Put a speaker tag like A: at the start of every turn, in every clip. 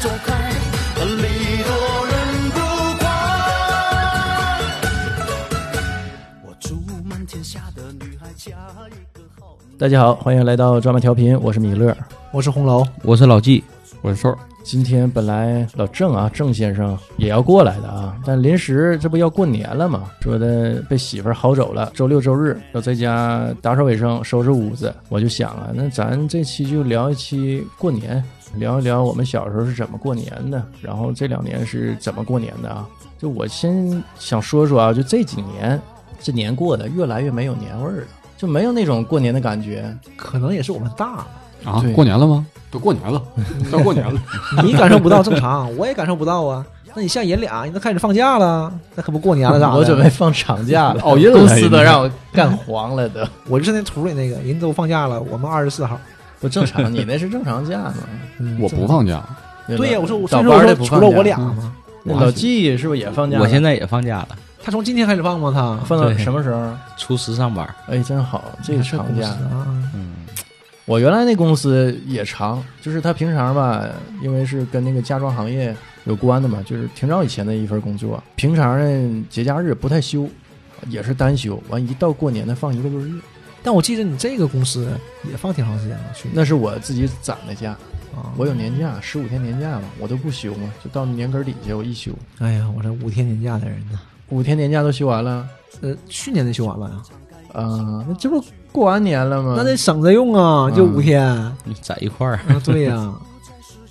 A: 走开，礼多人不怪。我祝满天下的女孩嫁一个好男人。
B: 大家好，欢迎来到抓马调频，我是米勒。
C: 我是红楼，
D: 我是老纪，我是瘦儿，
B: 今天本来老郑啊，郑先生也要过来的啊，但临时这不要过年了嘛，说的被媳妇儿薅走了，周六周日要在家打扫卫生、收拾屋子。我就想啊，那咱这期就聊一期过年，聊一聊我们小时候是怎么过年的，然后这两年是怎么过年的啊。就我先想说说啊，就这几年这年过得越来越没有年味儿了，就没有那种过年的感觉。
C: 可能也是我们大了，
D: 啊
B: 对，
D: 过年了吗？都过年了，到过年了，
C: 你感受不到正常， 我也感受不到啊。那你像爷俩，你都开始放假了，那可不 过年了咋的？哦
B: 我准备放长假 了，
D: 熬夜了
B: 公司都让我干黄了都。
C: 我就是那图里那个，人都放假了，我们二十四号。
B: 不正常，你那是正常假吗？
C: 嗯
D: 我不。放假，
B: 对吧
C: 对呀，我说我所
B: 早
C: 以说
B: 班
C: 我
B: 的
C: 说
B: 不
C: 除
B: 放
C: 了
B: 假
C: 我俩
D: 嗯
C: 嘛，
B: 那老纪是不是也放假了？
E: 我现在也放假了，
C: 他从今天开始放吗？他
B: 放到
E: 对
B: 什么时候？
E: 初十上班。
B: 哎，真好，这个长假。
C: 啊，
E: 嗯，
B: 我原来那公司也长，就是他平常吧，因为是跟那个家装行业有关的嘛，就是挺早以前的一份工作。平常呢，节假日不太休，也是单休。完一到过年呢，放一个多月，
C: 但我记得你这个公司也放挺长时间了，去年
B: 那是我自己攒的假。
C: 啊，
B: 我有年假，十五天年假嘛，我都不休嘛，就到年根儿底下我一休，
C: 哎呀，我这五天年假的人呢，
B: 五天年假都休完了。
C: 呃，去年就休完了呀，
B: 啊、那这不过完年了吗？
C: 那得省着用
B: 嗯
C: 啊，就五天。
E: 你在一块儿，
C: 啊对 呀，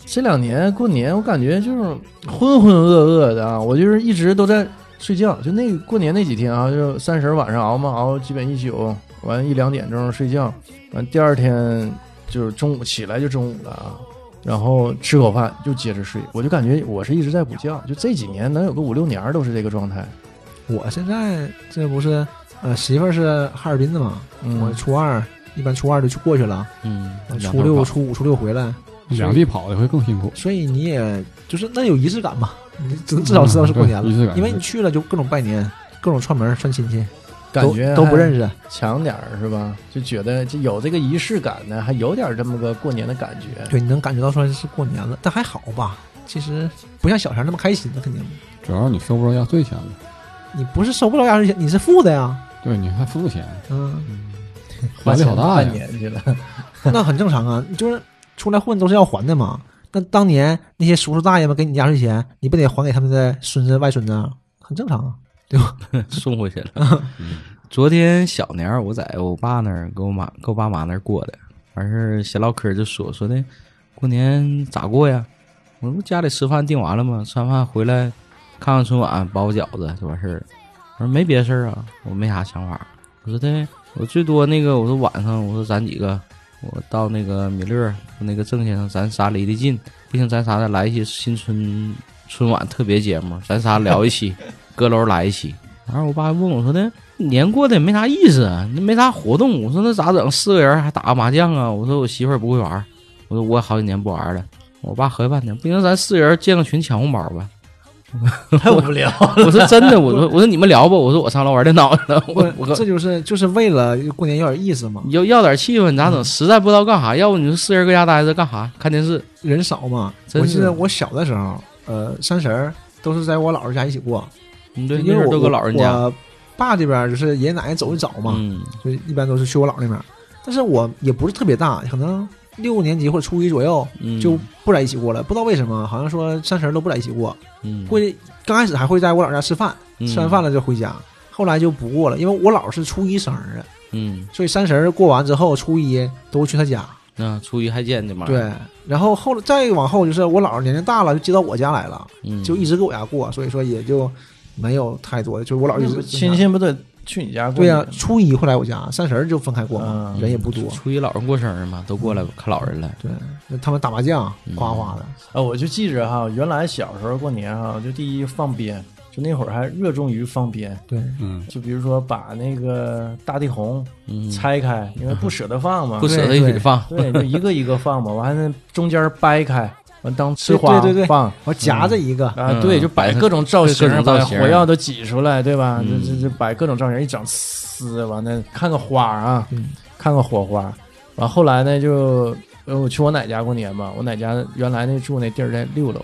B: 这两年过年，我感觉就是浑浑噩噩的啊，我就是一直都在睡觉，就那过年那几天啊，就三十晚上熬嘛熬，基本一宿，完一两点钟睡觉，完第二天就是中午起来就中午了啊，然后吃口饭就接着睡，我就感觉我是一直在补觉，就这几年能有个五六年儿都是这个状态。
C: 我现在这不是呃，媳妇儿是哈尔滨的嘛，
B: 嗯，
C: 我初二一般初二就去过去了，
E: 嗯，
C: 呃
D: 两
C: 初
D: 头
C: 六、
D: 跑
C: 初五、初六回来，
D: 两地跑的会更辛苦。
C: 所以你也就是那有仪式感嘛，你嗯至至少知道是过年了，
D: 嗯对仪式感
C: 因为你去了就各种拜年，各种串门串亲戚，
B: 感觉
C: 都都不认
B: 识，
C: 识，
B: 强点儿是吧？就觉得就有这个仪式感呢，还有点儿这么个过年的感 觉。
C: 对，你能感觉到出来是过年了，但还好吧，其实不像小时候那么开心的，肯定
D: 主要你收不着压岁钱了，
C: 你不是收不了压岁钱，你是负的呀，
D: 对，你还付钱，
C: 嗯，
D: 压力好大
B: 花
D: 呀
B: 钱。半年去了。
C: 那很正常啊，你就是出来混都是要还的嘛。那当年那些叔叔大爷们给你压岁钱，你不得还给他们的孙子外孙子啊，很正常啊。
E: 送回去了。昨天小年儿我在我爸那儿，跟我妈跟我爸妈那儿过的，完事儿闲唠嗑就说说的，过年咋过呀？我说家里吃饭订完了吗？吃完饭回来 看看春晚，包个饺子就完事儿了。我说没别的事儿啊，我没啥想法。我说的，我最多那个，我说晚上，我说咱几个，我到那个米勒和那个郑先生，咱仨离得近，不行咱仨再来一期新春春晚特别节目，咱仨聊一期，阁楼来一期。然后我爸还问我说的，年过得也没啥意思啊，那没啥活动。我说那咋整？四个人还打个麻将啊？我说我媳妇儿不会玩儿，我说我好几年不玩儿了。我爸合计半天，不行，咱四个人建个群抢红包吧。
B: 太无聊了。
E: 我说真的，我说我说你们聊吧，我说我上楼玩电脑去了。 我我
C: 这就是就是为了过年有点意思嘛，
E: 你要要点气氛，你
C: 嗯
E: 咋整？实在不知道干啥，要不你就四人搁家待着干啥？看电视。
C: 人少嘛。
E: 真
C: 我
E: 是
C: 记得我小的时候，呃，三十儿都是在我姥姥家一起过，
E: 嗯，对，
C: 因为
E: 那时
C: 我
E: 候都搁老人家。
C: 我爸这边就是爷爷奶奶走的早嘛，
E: 嗯，
C: 所以一般都是去我姥那边。但是我也不是特别大，可能六年级或者初一左右
E: 嗯
C: 就不在一起过了，不知道为什么，好像说三十儿都不在一起过，
E: 嗯
C: 会刚开始还会在我姥家吃饭，吃完饭
E: 了，
C: 了就回家，后来就不过了，因为我姥是初一生日，
E: 嗯，
C: 所以三十儿过完之后，初一都去他家。
E: 那初啊一还见的嘛？
C: 对，然后后再往后就是我姥姥年龄大了，就接到我家来了，
E: 嗯，
C: 就一直给我家过，所以说也就没有太多的，就是我姥一直
B: 亲戚不得 去你家过
C: 对呀、
B: 年？
C: 初一会来我家，三十儿就分开过嘛，
B: 嗯
C: 人也不多。嗯
E: 初一老人过生日嘛，都过来看老人了。
C: 对，那他们打麻将，
E: 嗯
C: 哗哗的，
B: 啊，我就记着哈，原来小时候过年哈，就第一放鞭，就那会儿还热衷于放鞭，
C: 对，
D: 嗯，
B: 就比如说把那个大地红
E: 嗯，
B: 拆开，因为不舍得放嘛
C: 啊
E: 不，舍得一 起放。
B: 对，就一个一个 放嘛，完了中间掰开，完当吃
C: 对
B: 花
C: 对对对
B: 放。
C: 我夹着一个，
B: 啊，
E: 嗯
B: 对，就摆各种造型，
E: 各种
B: 把
E: 造型
B: 火药都挤出来，对吧？
E: 嗯
B: 这这这摆各种造型，一整呲，完了看个花儿啊，
C: 嗯
B: 看个火花。完后来呢，就呃，我去我奶家过年嘛，我奶家原来那住那地儿在六楼，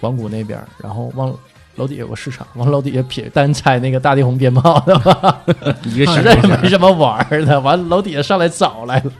B: 环谷那边儿，然后往楼底下有个市场，往楼底下撇单拆那个大地红鞭炮的 吧，
E: 一个
B: 实在没什么玩儿的，完楼底下上来找来了，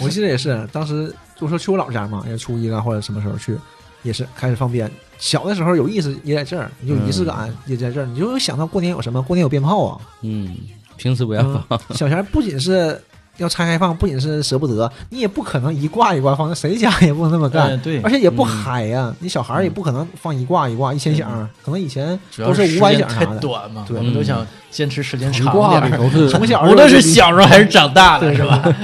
C: 我记得也是，当时我说去我老家嘛，也初一了或者什么时候去，也是开始放鞭。小的时候有意思也在这儿，有仪式感也在这儿，你就想到过年有什么？过年有鞭炮啊！
E: 嗯，平时不要
C: 嗯
E: 放，
C: 小钱儿不仅是要拆开放，不仅是舍不得，你也不可能一挂一挂放，那谁家也不能那么干。
B: 对
C: 而且也不
B: 嗯
C: 嗨呀、你小孩儿也不可能放一挂一挂一千响儿，可能以前
B: 主要
C: 都
B: 时
C: 五百
B: 间
C: 响
B: 太
C: 啥的。
B: 短嘛，
C: 对嗯
B: 我们都想坚持时间
D: 成
B: 长
D: 挂
B: 点
D: 的
B: 儿。
D: 都是
C: 从小
B: 无论是
C: 小
B: 小时候还是长大了，是吧？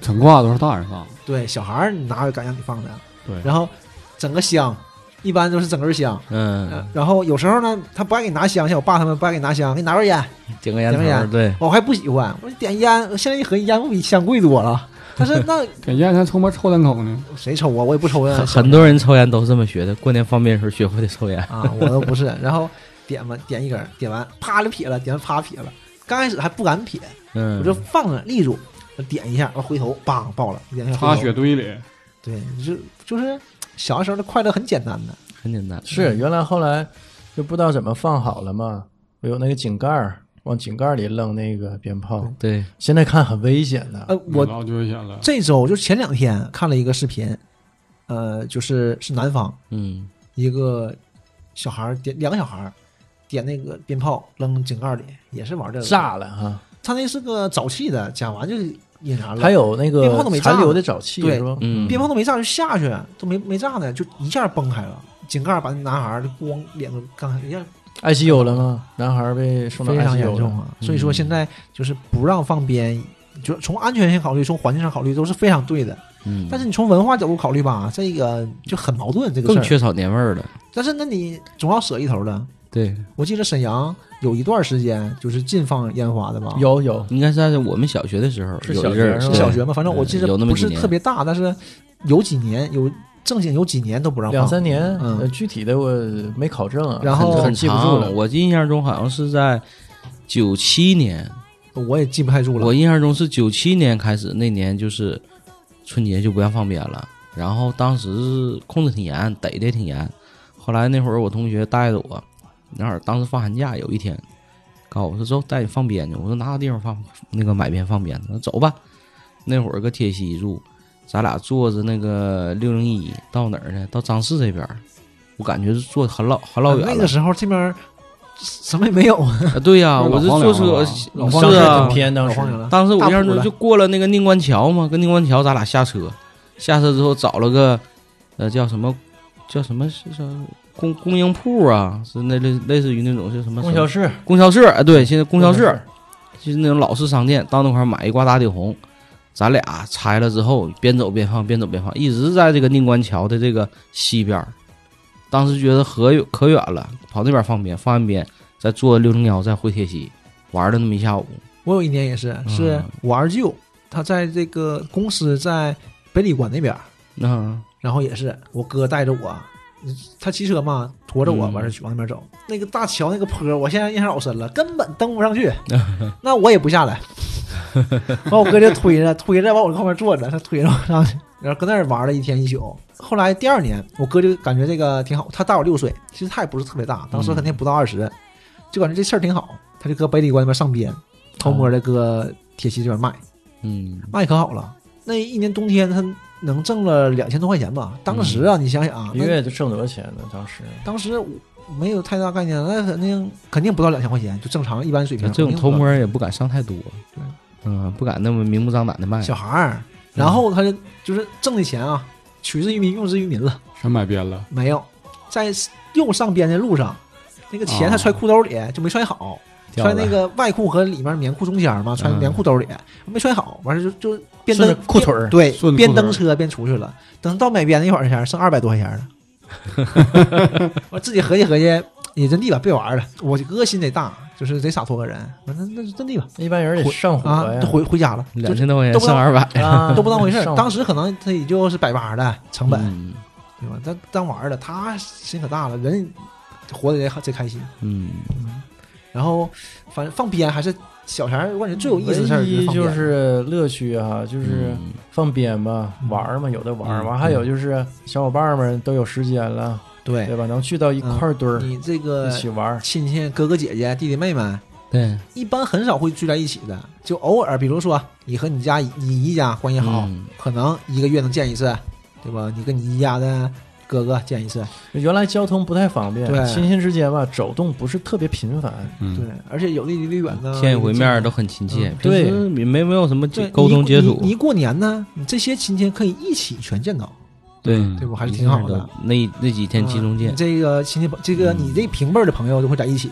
D: 成挂都是大人放，
C: 对小孩儿，你哪有敢让你放的？
D: 对
C: 然后整个香，一般都是整根香。
E: 嗯，
C: 然后有时候呢，他不爱给你拿香，像我爸他们不爱给你拿香，给你拿根烟，
E: 点个烟
C: 点个
E: 头，
C: 烟
E: 对，
C: 我还不喜欢。我说点烟，现在一合计烟不比香贵多了。 但是那
D: 给烟还抽门抽两口呢。
C: 谁抽啊？我也不抽烟
E: 很很多人抽烟都是这么学的，过年方便的时候学会的抽烟，
C: 啊，我都不是。然后点吧，点一根儿，点完啪就撇了，点完啪撇了。刚开始还不敢撇，
E: 嗯，
C: 我就放那立住，我点一下，我回头梆爆了，点一下回头
D: 插雪堆里，
C: 对，你就就是小的时候的快乐很简单的，
E: 很简单，
B: 是原来后来就不知道怎么放好了嘛，我有那个井盖儿，往井盖儿里扔那个鞭炮，
E: 对，
B: 现在看很危险的。
C: 呃，我
D: 老就危险了。
C: 这周就前两天看了一个视频，呃，就是是南方
E: 嗯，
C: 一个小孩儿点两个小孩儿点那个鞭炮扔井盖里，也是玩这个。
B: 炸了哈，
C: 他那是个沼气的，讲完就引燃了，
B: 还有那
C: 鞭炮
B: 个
C: 都没炸
B: 残
C: 呢
B: 留的沼气
C: 对
B: 是吧？
E: 嗯
C: 鞭炮都没炸就下去，都没没炸呢，就一下崩开了，井盖把那男孩儿的光脸都干开，一下
B: 爱西有了吗？男孩儿被送到
C: 非
B: 爱
C: 常
B: 西
C: 严
B: 有
C: 重
B: 了，
C: 啊。所以
E: 嗯
C: 说现在就是不让放鞭。就是从安全性考虑，从环境上考虑都是非常对的，
E: 嗯，
C: 但是你从文化角度考虑吧，这个就很矛盾这个事
E: 更
C: 儿。
E: 缺少年味儿了，
C: 但是那你总要舍一头的。
E: 对，
C: 我记得沈阳有一段时间就是禁放烟花的吧？
B: 有有
C: 嗯
E: 应该是在我们小学的时候，
B: 是
E: 有
B: 小
E: 一阵
B: 学是
E: 儿
C: 是
B: 吧
E: 对
C: 小学嘛，反正我记得
E: 有那么
C: 不
E: 几
C: 是
E: 年
C: 特别大，但是有几年有正经有几年都不让放
B: 两三年，
C: 嗯
B: 呃具体的我没考证啊，
C: 然后
B: 很
E: 很
B: 很记不住
E: 长，
B: 了。
E: 我印象中好像是在九七年，
C: 我也记不太住了。
E: 我印象中是九七年开始，那年就是春节就不让放鞭了，然后当时是控制挺严，逮的挺严。后来那会儿我同学带着我，那会儿当时放寒假，有一天告诉我说走带你放鞭去，我说哪有地方放那个买鞭放鞭？他说走吧。那会儿搁铁西住，咱俩坐着那个六零一到哪儿呢？到张氏这边儿，我感觉是坐很老很老远了。
C: 啊那个时候这边什么也没有，
E: 啊，对呀、
D: 那
E: 我
D: 老
E: 就
D: 荒
E: 坐
D: 凉了
E: 车，
D: 吧
E: 是
C: 老
B: 当
C: 荒
B: 时
C: 凉
E: 啊
B: 很，偏，当
C: 老
B: 时
C: 荒凉了。
E: 当时我印
C: 大
E: 象
C: 埔
E: 中
C: 了
E: 就过了那个宁关桥嘛，跟宁关桥咱俩下车，下车之后找了个呃叫什么叫什么是叫供供应铺啊，是那类类似于那种是什么
B: 供销社，
E: 供销社哎，对，现在供销
B: 供销
E: 社
B: 社
E: 就是那种老式商店，到那块儿买一挂大地红，咱俩拆了之后边走边放，边走边放，一直在这个宁关桥的这个西边儿。当时觉得可远可远了，跑那边放鞭，放完鞭再坐六零幺再回铁西，玩了那么一下午。
C: 我有一年也是，是我二舅，他在这个公司在北理馆那边儿，
E: 那、
C: 然后也是我哥带着我，他骑车嘛，驮着我
E: 嗯
C: 完事儿去往那边走。那个大桥那个坡，我现在印象老深了，根本登不上去，那我也不下来。完，我哥就推着推着往我后面坐着，他推着我上去，然后搁那儿玩了一天一宿。后来第二年，我哥就感觉这个挺好，他大我六岁，其实他也不是特别大，当时肯定不到二十、就感觉这事儿挺好。他就搁北理关那边上边，偷摸的搁铁西这边卖。
E: 嗯，
C: 卖可好了，那一年冬天他能挣了两千多块钱吧？当时
E: 嗯
C: 啊，你想想啊，
B: 一
C: 那
B: 个月就挣多少钱呢？当时
C: 当时我没有太大概念，那肯定肯定不到两千块钱，就正常一般水平。
E: 这
C: 肯
E: 种
C: 定
E: 偷
C: 不到
E: 摸儿也不敢上太多
C: 对，
E: 嗯，不敢那么明目张胆的卖。
C: 小孩
E: 嗯
C: 儿，然后他就就是挣的钱啊，取之于民，用之于民了。
D: 全买鞭了，
C: 没有，在又上边的路上，那个钱
D: 哦
C: 他揣裤兜里就没揣好，
E: 掉
C: 揣
E: 了
C: 那个外裤和里面棉裤中间嘛，揣
E: 嗯
C: 棉裤兜里没揣好，完事就就边
B: 顺着
C: 蹬
B: 裤腿儿
C: 对，
D: 顺着
C: 边
D: 裤腿儿
C: 蹬车边出去了。等到买鞭那会儿前，剩二百多块钱了。我自己合计合计，也真地吧，别玩了。我哥心贼大，就是贼洒脱个人。那那那真地吧
B: 一般人得上火
C: 啊
B: 呀，，
C: 回回家了，
E: 两千多块
C: 都
E: 钱
C: 不
E: 上二百，
B: 啊
C: 都不当回事儿
B: 上。火
C: 当时可能他也就是百八的成本，
E: 嗯
C: 对吧？当当玩儿了，他心可大了，人活得也贼开心。
E: 嗯，
C: 然后反正放鞭还是小钱儿，我感觉最有意思的事儿
B: 唯一
C: 就
B: 就是是乐趣哈、就是
C: 嗯
B: 放鞭吧，玩儿嘛，有的玩儿，完、还有就是小伙伴们都有时间了，
C: 放鞭
B: 对吧？能聚到一块儿堆儿、
C: 嗯对，你这个
B: 一起玩儿，
C: 亲戚哥哥姐姐弟弟妹妹，
E: 对，
C: 一般很少会聚在一起的，就偶尔，比如说你和你家你姨家关系好，
E: 嗯
C: 可能一个月能见一次，对吧？你跟你姨家的哥哥见一次，
B: 原来交通不太方便，
C: 对
B: 亲戚之间吧走动不是特别频繁，
C: 对
D: 嗯，，
C: 而且有的离得远呢，
E: 见一回面儿都很亲切，
B: 嗯对
E: 平时也没没有什么
C: 对
E: 沟通
C: 你
E: 接触
C: 你。你过年呢，你这些亲戚可以一起全见到，
E: 对
D: 嗯
C: 对不？还是挺好
E: 一下
C: 的
E: 都。那那几天集中
C: 嗯
E: 见，
C: 这个亲戚朋，这个你这平辈儿的朋友都会在一起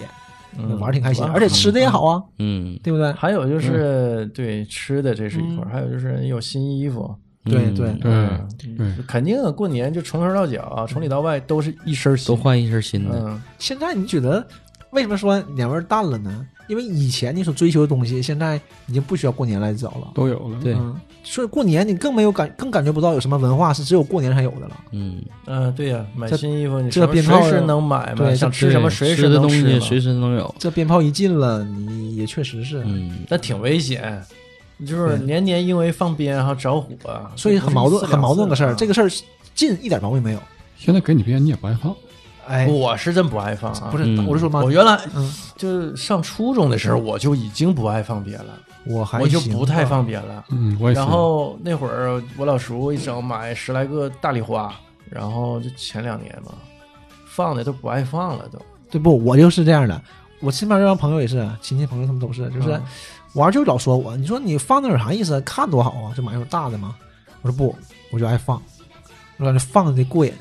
B: 嗯，
C: 玩儿挺开心，
B: 玩儿
C: 而且吃的也好啊，
E: 嗯，
C: 对不对？
B: 还有就是、对吃的这是一块
C: 嗯
B: 儿，还有就是你有新衣服，
C: 对
E: 嗯
C: 对
D: 对对，
C: 嗯
B: 肯定啊过年就从头到脚，啊从里到外都是一身儿新
E: 都换一身新的，
B: 嗯，
C: 现在你觉得为什么说年味儿淡了呢？因为以前你所追求的东西，现在已经不需要过年来找了。
D: 都有了。
E: 对
C: 嗯，所以过年你更没有感，更感觉不到有什么文化是只有过年才有的了。
E: 嗯，
B: 嗯，对呀、买
C: 这
B: 新衣服你
C: 这
B: 什么
C: 鞭炮
B: 随时能买嘛，
C: 对
B: 想
C: 这
B: 吃什么
E: 对
B: 随时
E: 吃的
B: 能
E: 东西
B: 嘛
E: 随时能有，
C: 这鞭炮一进了，你也确实是，
E: 嗯，
B: 那挺危险，就是
C: 对
B: 年年因为放鞭哈着火，啊
C: 所以很矛盾，很矛盾个事儿。这
B: 个
C: 个事儿进一点毛病没有。
D: 现在给你鞭你也不爱放，
C: 哎，
B: 我是真不爱放啊，
C: 不是，
E: 嗯
C: 我是说嘛，
B: 我原来
C: 嗯
B: 就是上初中的时候我就已经不爱放鞭了，
C: 我还
B: 我就
C: 行啊
B: 不太
C: 吧
B: 放鞭了。
D: 嗯，我也是。
B: 然后那会儿我老叔一整买十来个大礼花，然后就前两年嘛，放的都不爱放了都，
C: 对不？我就是这样的。我身边这帮朋友也是，啊亲戚朋友他们都是，就是、
B: 嗯
C: 玩儿就老说我，你说你放那有啥意思啊？看多好啊，就买那种大的嘛。我说不，我就爱放，我感觉放的过瘾。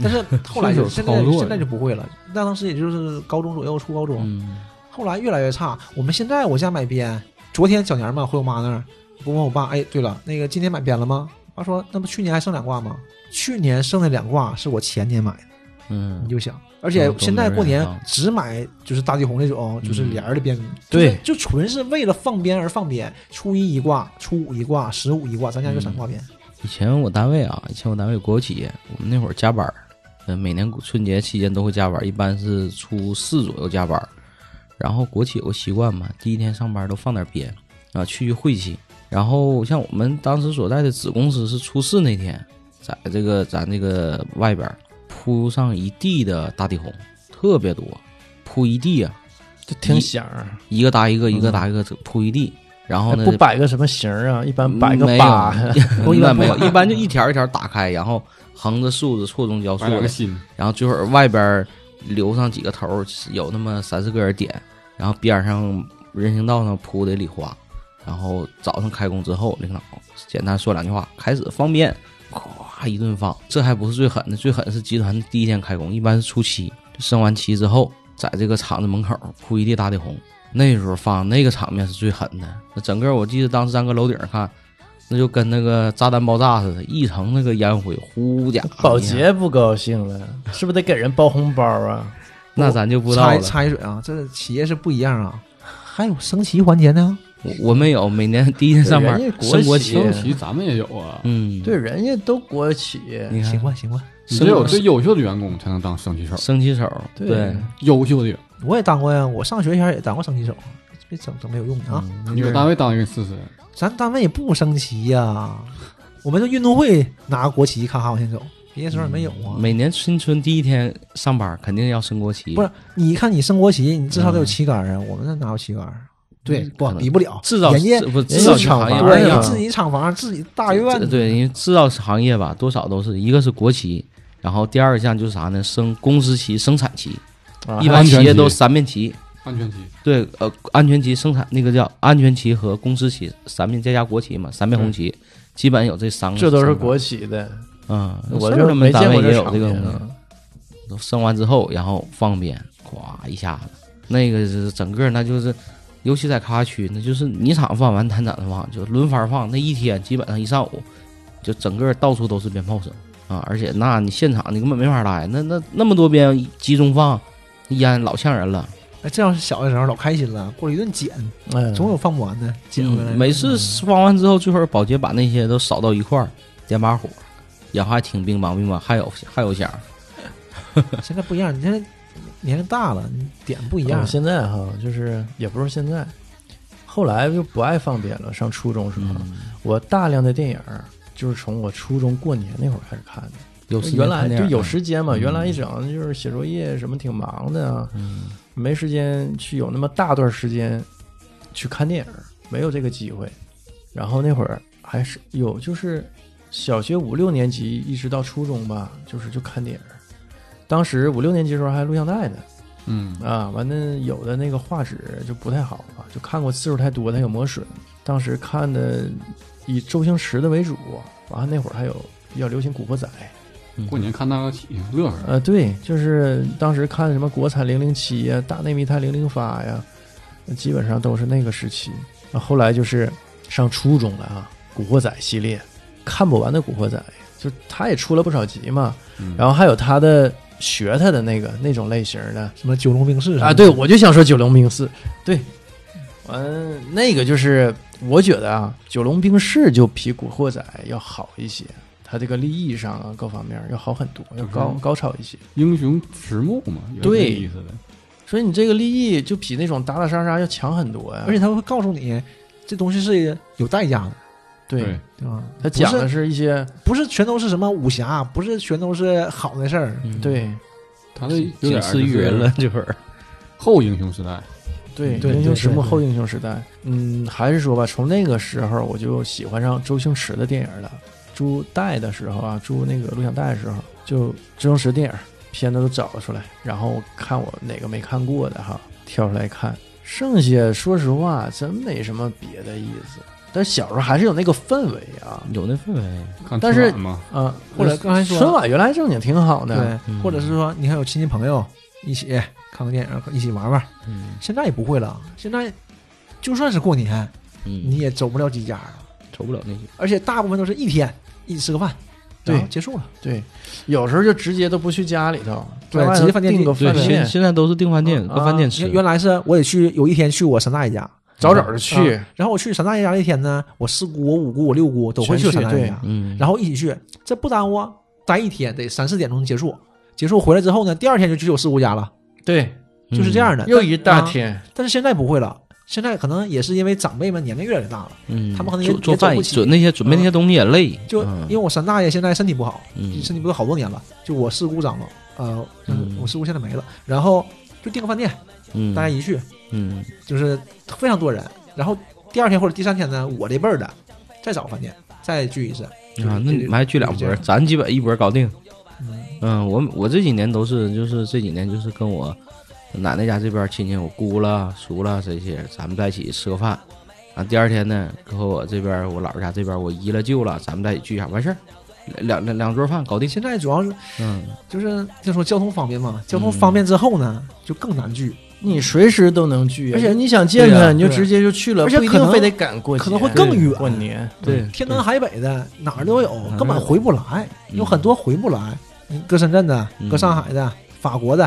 C: 但是后来就现
D: 顺手
C: 在
D: 操作
C: 现在就不会了，那当时也就是高中左右，初高中，
E: 嗯，
C: 后来越来越差。我们现在我家买鞭，昨天小年儿嘛回我妈那儿，我问我爸，哎，对了，那个今天买鞭了吗？我爸说那不去年还剩两挂吗？去年剩的两挂是我前年买的。
E: 嗯，
C: 你就想，而且现在过年
E: 都没人放嗯
C: 只买就是大地红那种，就是帘儿的鞭，
B: 对
C: 就是就纯是为了放鞭而放鞭。初一一挂，初五一挂，十五一挂，咱家
E: 嗯
C: 就三挂鞭。
E: 以前我单位啊，以前我单位有国有企业，我们那会儿加班儿，呃，每年春节期间都会加班儿，一般是初四左右加班儿。然后国企有个习惯嘛，第一天上班都放点鞭啊，去去晦气。然后像我们当时所在的子公司是初四那天，在这个咱这个外边儿铺上一地的大地红，特别多，铺一地啊，
B: 就挺响儿，
E: 一个搭一个，一个搭一个，铺一地。然
C: 哦
E: 后呢，
B: 嗯哎不摆个什么形儿啊，一般摆个
E: 没有
B: 八，
E: 不一般没有，一般就一条一条打开，然后横着竖着错综交错
D: 买两个
E: 的，
D: 新的，
E: 然后最后外边儿留上几个头儿，有那么三四个人点，然后边上人行道上铺的礼花，然后早上开工之后，领导简单说两句话，开始放鞭，咵一顿放，这还不是最狠的，最狠是集团第一天开工，一般是初七，升完旗之后，在这个厂子门口铺一地大地红，那时候放那个场面是最狠的，那整个我记得当时咱搁楼顶上看。那就跟那个炸弹爆炸似的，一层那个烟灰，呼家伙
B: 保洁不高兴了，是不是得给人包红包啊？
E: 那咱就不知道
C: 插一
E: 了。
C: 插一嘴啊，这企业是不一样啊，还有升旗环节呢。
E: 我我没有，每年第一天上班
B: 人家国
E: 升国
B: 企
E: 旗，
D: 升旗咱们也有啊。
E: 嗯，
B: 对，，人家都国企，
E: 你看
C: 行吧，行吧，
D: 只有最优秀的员工才能当升旗手，
E: 升旗手，
B: 对
E: 对，
D: 优秀的员
C: 我也当过呀，我上学前也当过升旗手，别整整没有用的啊。
E: 嗯
D: 工，你搁单位当一个试试。
C: 咱单位也不升旗呀、我们这运动会拿国旗咔咔往前走，别的时候也没有啊。
E: 每年新春第一天上班肯定要升国旗，
C: 不是，你看你升国旗，你至少得有旗杆儿啊，我们那哪有旗杆儿？对，不
E: 嗯可能
C: 比不了，
E: 制造
C: 人家
E: 制不
B: 家
E: 制造
B: 有厂
E: 行业
B: 房
E: 不
B: 哎
E: 一
B: 呀
C: 对，你
E: 样，
C: 自己厂房、自己大院
E: 这
C: 子，
E: 对，因为制造行业吧，多少都是一个是国旗，然后第二项就是啥呢？升公司旗、生产旗，
B: 啊
E: 一般企
D: 安全
E: 业
D: 旗
E: 都三面旗，
D: 安全期，
E: 对，呃，安全旗生产那个叫安全旗和公司旗，三面再加国旗嘛，三面红旗，基本有这三个。
B: 这都是
E: 三个
B: 国企的，
E: 啊，
B: 我
E: 就
B: 就是没见
E: 单位
B: 过
E: 也有
B: 场
E: 这个
B: 面啊
E: 东西。都升完之后，然后放鞭，咵一下子，那个是整个那就是，尤其在开发区，那就是你厂放完，他厂放，就轮番放，那一天基本上一上午，就整个到处都是鞭炮声啊！而且那你现场你根本没法待，那那那么多鞭集中放，烟老呛人了。
C: 哎，这要是小的时候老开心了，过了一顿捡，
E: 嗯
B: 哎，
C: 总有放不完的，捡回来。
E: 每次
B: 嗯
E: 放完之后，最后保洁把那些都扫到一块儿，点把火，然后还挺冰棒冰棒，还有还有响儿，
C: 现在不一样，你现在年龄大了，你点不一
B: 我
C: 样。
B: 现在哈，就是也不是现在，后来就不爱放鞭了。上初中时候，
E: 啊嗯
B: 我大量的电影儿就是从我初中过年那会儿开始看的。
E: 有时间
B: 原来
E: 看电
B: 就
E: 影
B: 有
E: 啊
B: 时间嘛，原来一整就是写作业什么挺忙的啊，
E: 嗯
B: 没时间去有那么大段时间去看电影儿，没有这个机会。然后那会儿还是有，就是小学五六年级一直到初中吧，就是就看电影儿。当时五六年级的时候还录像带呢，
D: 嗯，
B: 啊，完了有的那个画质就不太好嘛，就看过次数太多，它有磨损。当时看的以周星驰的为主，完了那会儿还有比较流行《古惑仔》，
D: 过年看大家起乐呵，
B: 呃，对，就是当时看什么国产零零七呀、大内密探零零发呀，基本上都是那个时期。啊后来就是上初中了啊，《古惑仔》系列看不完的《古惑仔》，就他也出了不少集嘛，
C: 嗯
B: 然后还有他的学他的那个那种类型的，
C: 什么九龙嗯冰室
B: 啊，对，，我就想说九龙冰室，对，完、那个就是我觉得啊，九龙冰室就比古惑仔要好一些，它这个立意上啊各方面要好很多，要高
D: 嗯
B: 高超一些。
D: 英雄迟暮嘛，有这
B: 对
D: 意思的。
B: 所以你这个立意就比那种打打杀杀要强很多呀、
C: 而且他会告诉你，这东西是有代价的，
B: 对，
C: 对吧？
B: 它讲
C: 不
B: 的
C: 是
B: 是一些
C: 不是全都是什么武侠，不是全都是好的事儿，
E: 嗯，
B: 对
D: 他这有
E: 警
D: 点
E: 示育人了，这会儿
D: 后英雄时代，
B: 对
C: 对
B: 英雄
C: 对
B: 迟
C: 对
B: 暮
C: 对
B: 后英雄时代，嗯，还是说吧，从那个时候我就喜欢上周星驰的电影了。租带的时候啊，租那个录像带的时候，就周星驰电影片子都找出来，然后看我哪个没看过的哈，挑出来看。剩下说实话，真没什么别的意思。但小时候还是有那个氛围啊，
E: 有那氛围，
D: 看
B: 但是
D: 春晚嘛，
B: 啊，
C: 或者刚才说
B: 春晚原来正经挺好的，
C: 对，
E: 嗯
C: 或者是说你还有亲戚朋友一起看个电影，一起玩玩。
E: 嗯
C: 现在也不会了，现在就算是过年，
E: 嗯，
C: 你也走不了几家了，
E: 瞅不了那些，
C: 而且大部分都是一天一起吃个饭，
B: 对
C: 然后结束了。
B: 对，有时候就直接都不去家里头，
C: 对
B: 在外头
C: 直接饭店
B: 订个
E: 对
B: 饭，
E: 现
B: 店，
E: 现在都是订饭店，到饭店吃
C: 原，原来是我得去，有一天去我三大爷家，
B: 早早的去，
C: 啊然后我去三大爷家那天呢，我四姑、我五姑、我六姑都会去三大爷家，
E: 嗯，
C: 然后一起去，这不耽误啊，待一天得三四点钟结束，结束回来之后呢，第二天就去我四姑家了，
B: 对，
E: 嗯
C: 就是这，样的。
B: 又一大
C: 啊
B: 天，
C: 但是现在不会了，现在可能也是因为长辈们年龄越来越大了，
E: 嗯，
C: 他们可能也
E: 做做
C: 也走
E: 饭
C: 不起嗯
E: 准那些准备那些东西也累，
C: 就因为我三大爷现在身体不好，
E: 嗯
C: 身体不是好多年了，就我四姑长老，呃，
E: 嗯
C: 我四姑现在没了，然后就订个饭店，
E: 嗯，
C: 大家一去，
E: 嗯
C: 就是非常多人，然后第二天或者第三天呢，我这辈儿的再找个饭店再聚一次，就是
E: 啊，那你
C: 这
E: 们还聚两
C: 就是这
E: 波，
C: 样
E: 咱基本一波搞定。
C: 嗯
E: 嗯，我我这几年都是，就是这几年就是跟我奶奶家这边亲戚，我姑了、叔了这些，咱们在一起吃个饭。啊，第二天呢，和我这边我姥姥家这边我姨了舅了，咱们在一起聚一下，完事儿，两两两桌饭搞定。
C: 现在主要是
E: 嗯，
C: 就是就说交通方便嘛，交通方便之后呢，就更难聚，
B: 你随时都能聚，
C: 而且
B: 你想见
E: 对
B: 他，
E: 啊
B: 你就
C: 对
B: 直接就去了，
C: 而且
B: 不一
C: 可
B: 定
C: 能
B: 非得赶过节，
C: 可能会更远
B: 过年。
E: 对，
C: 天南海北的哪儿都有，
E: 儿
C: 根本回不来，
E: 嗯
C: 有很多回不来，你搁深圳的，
E: 嗯
C: 搁上海的，法国的，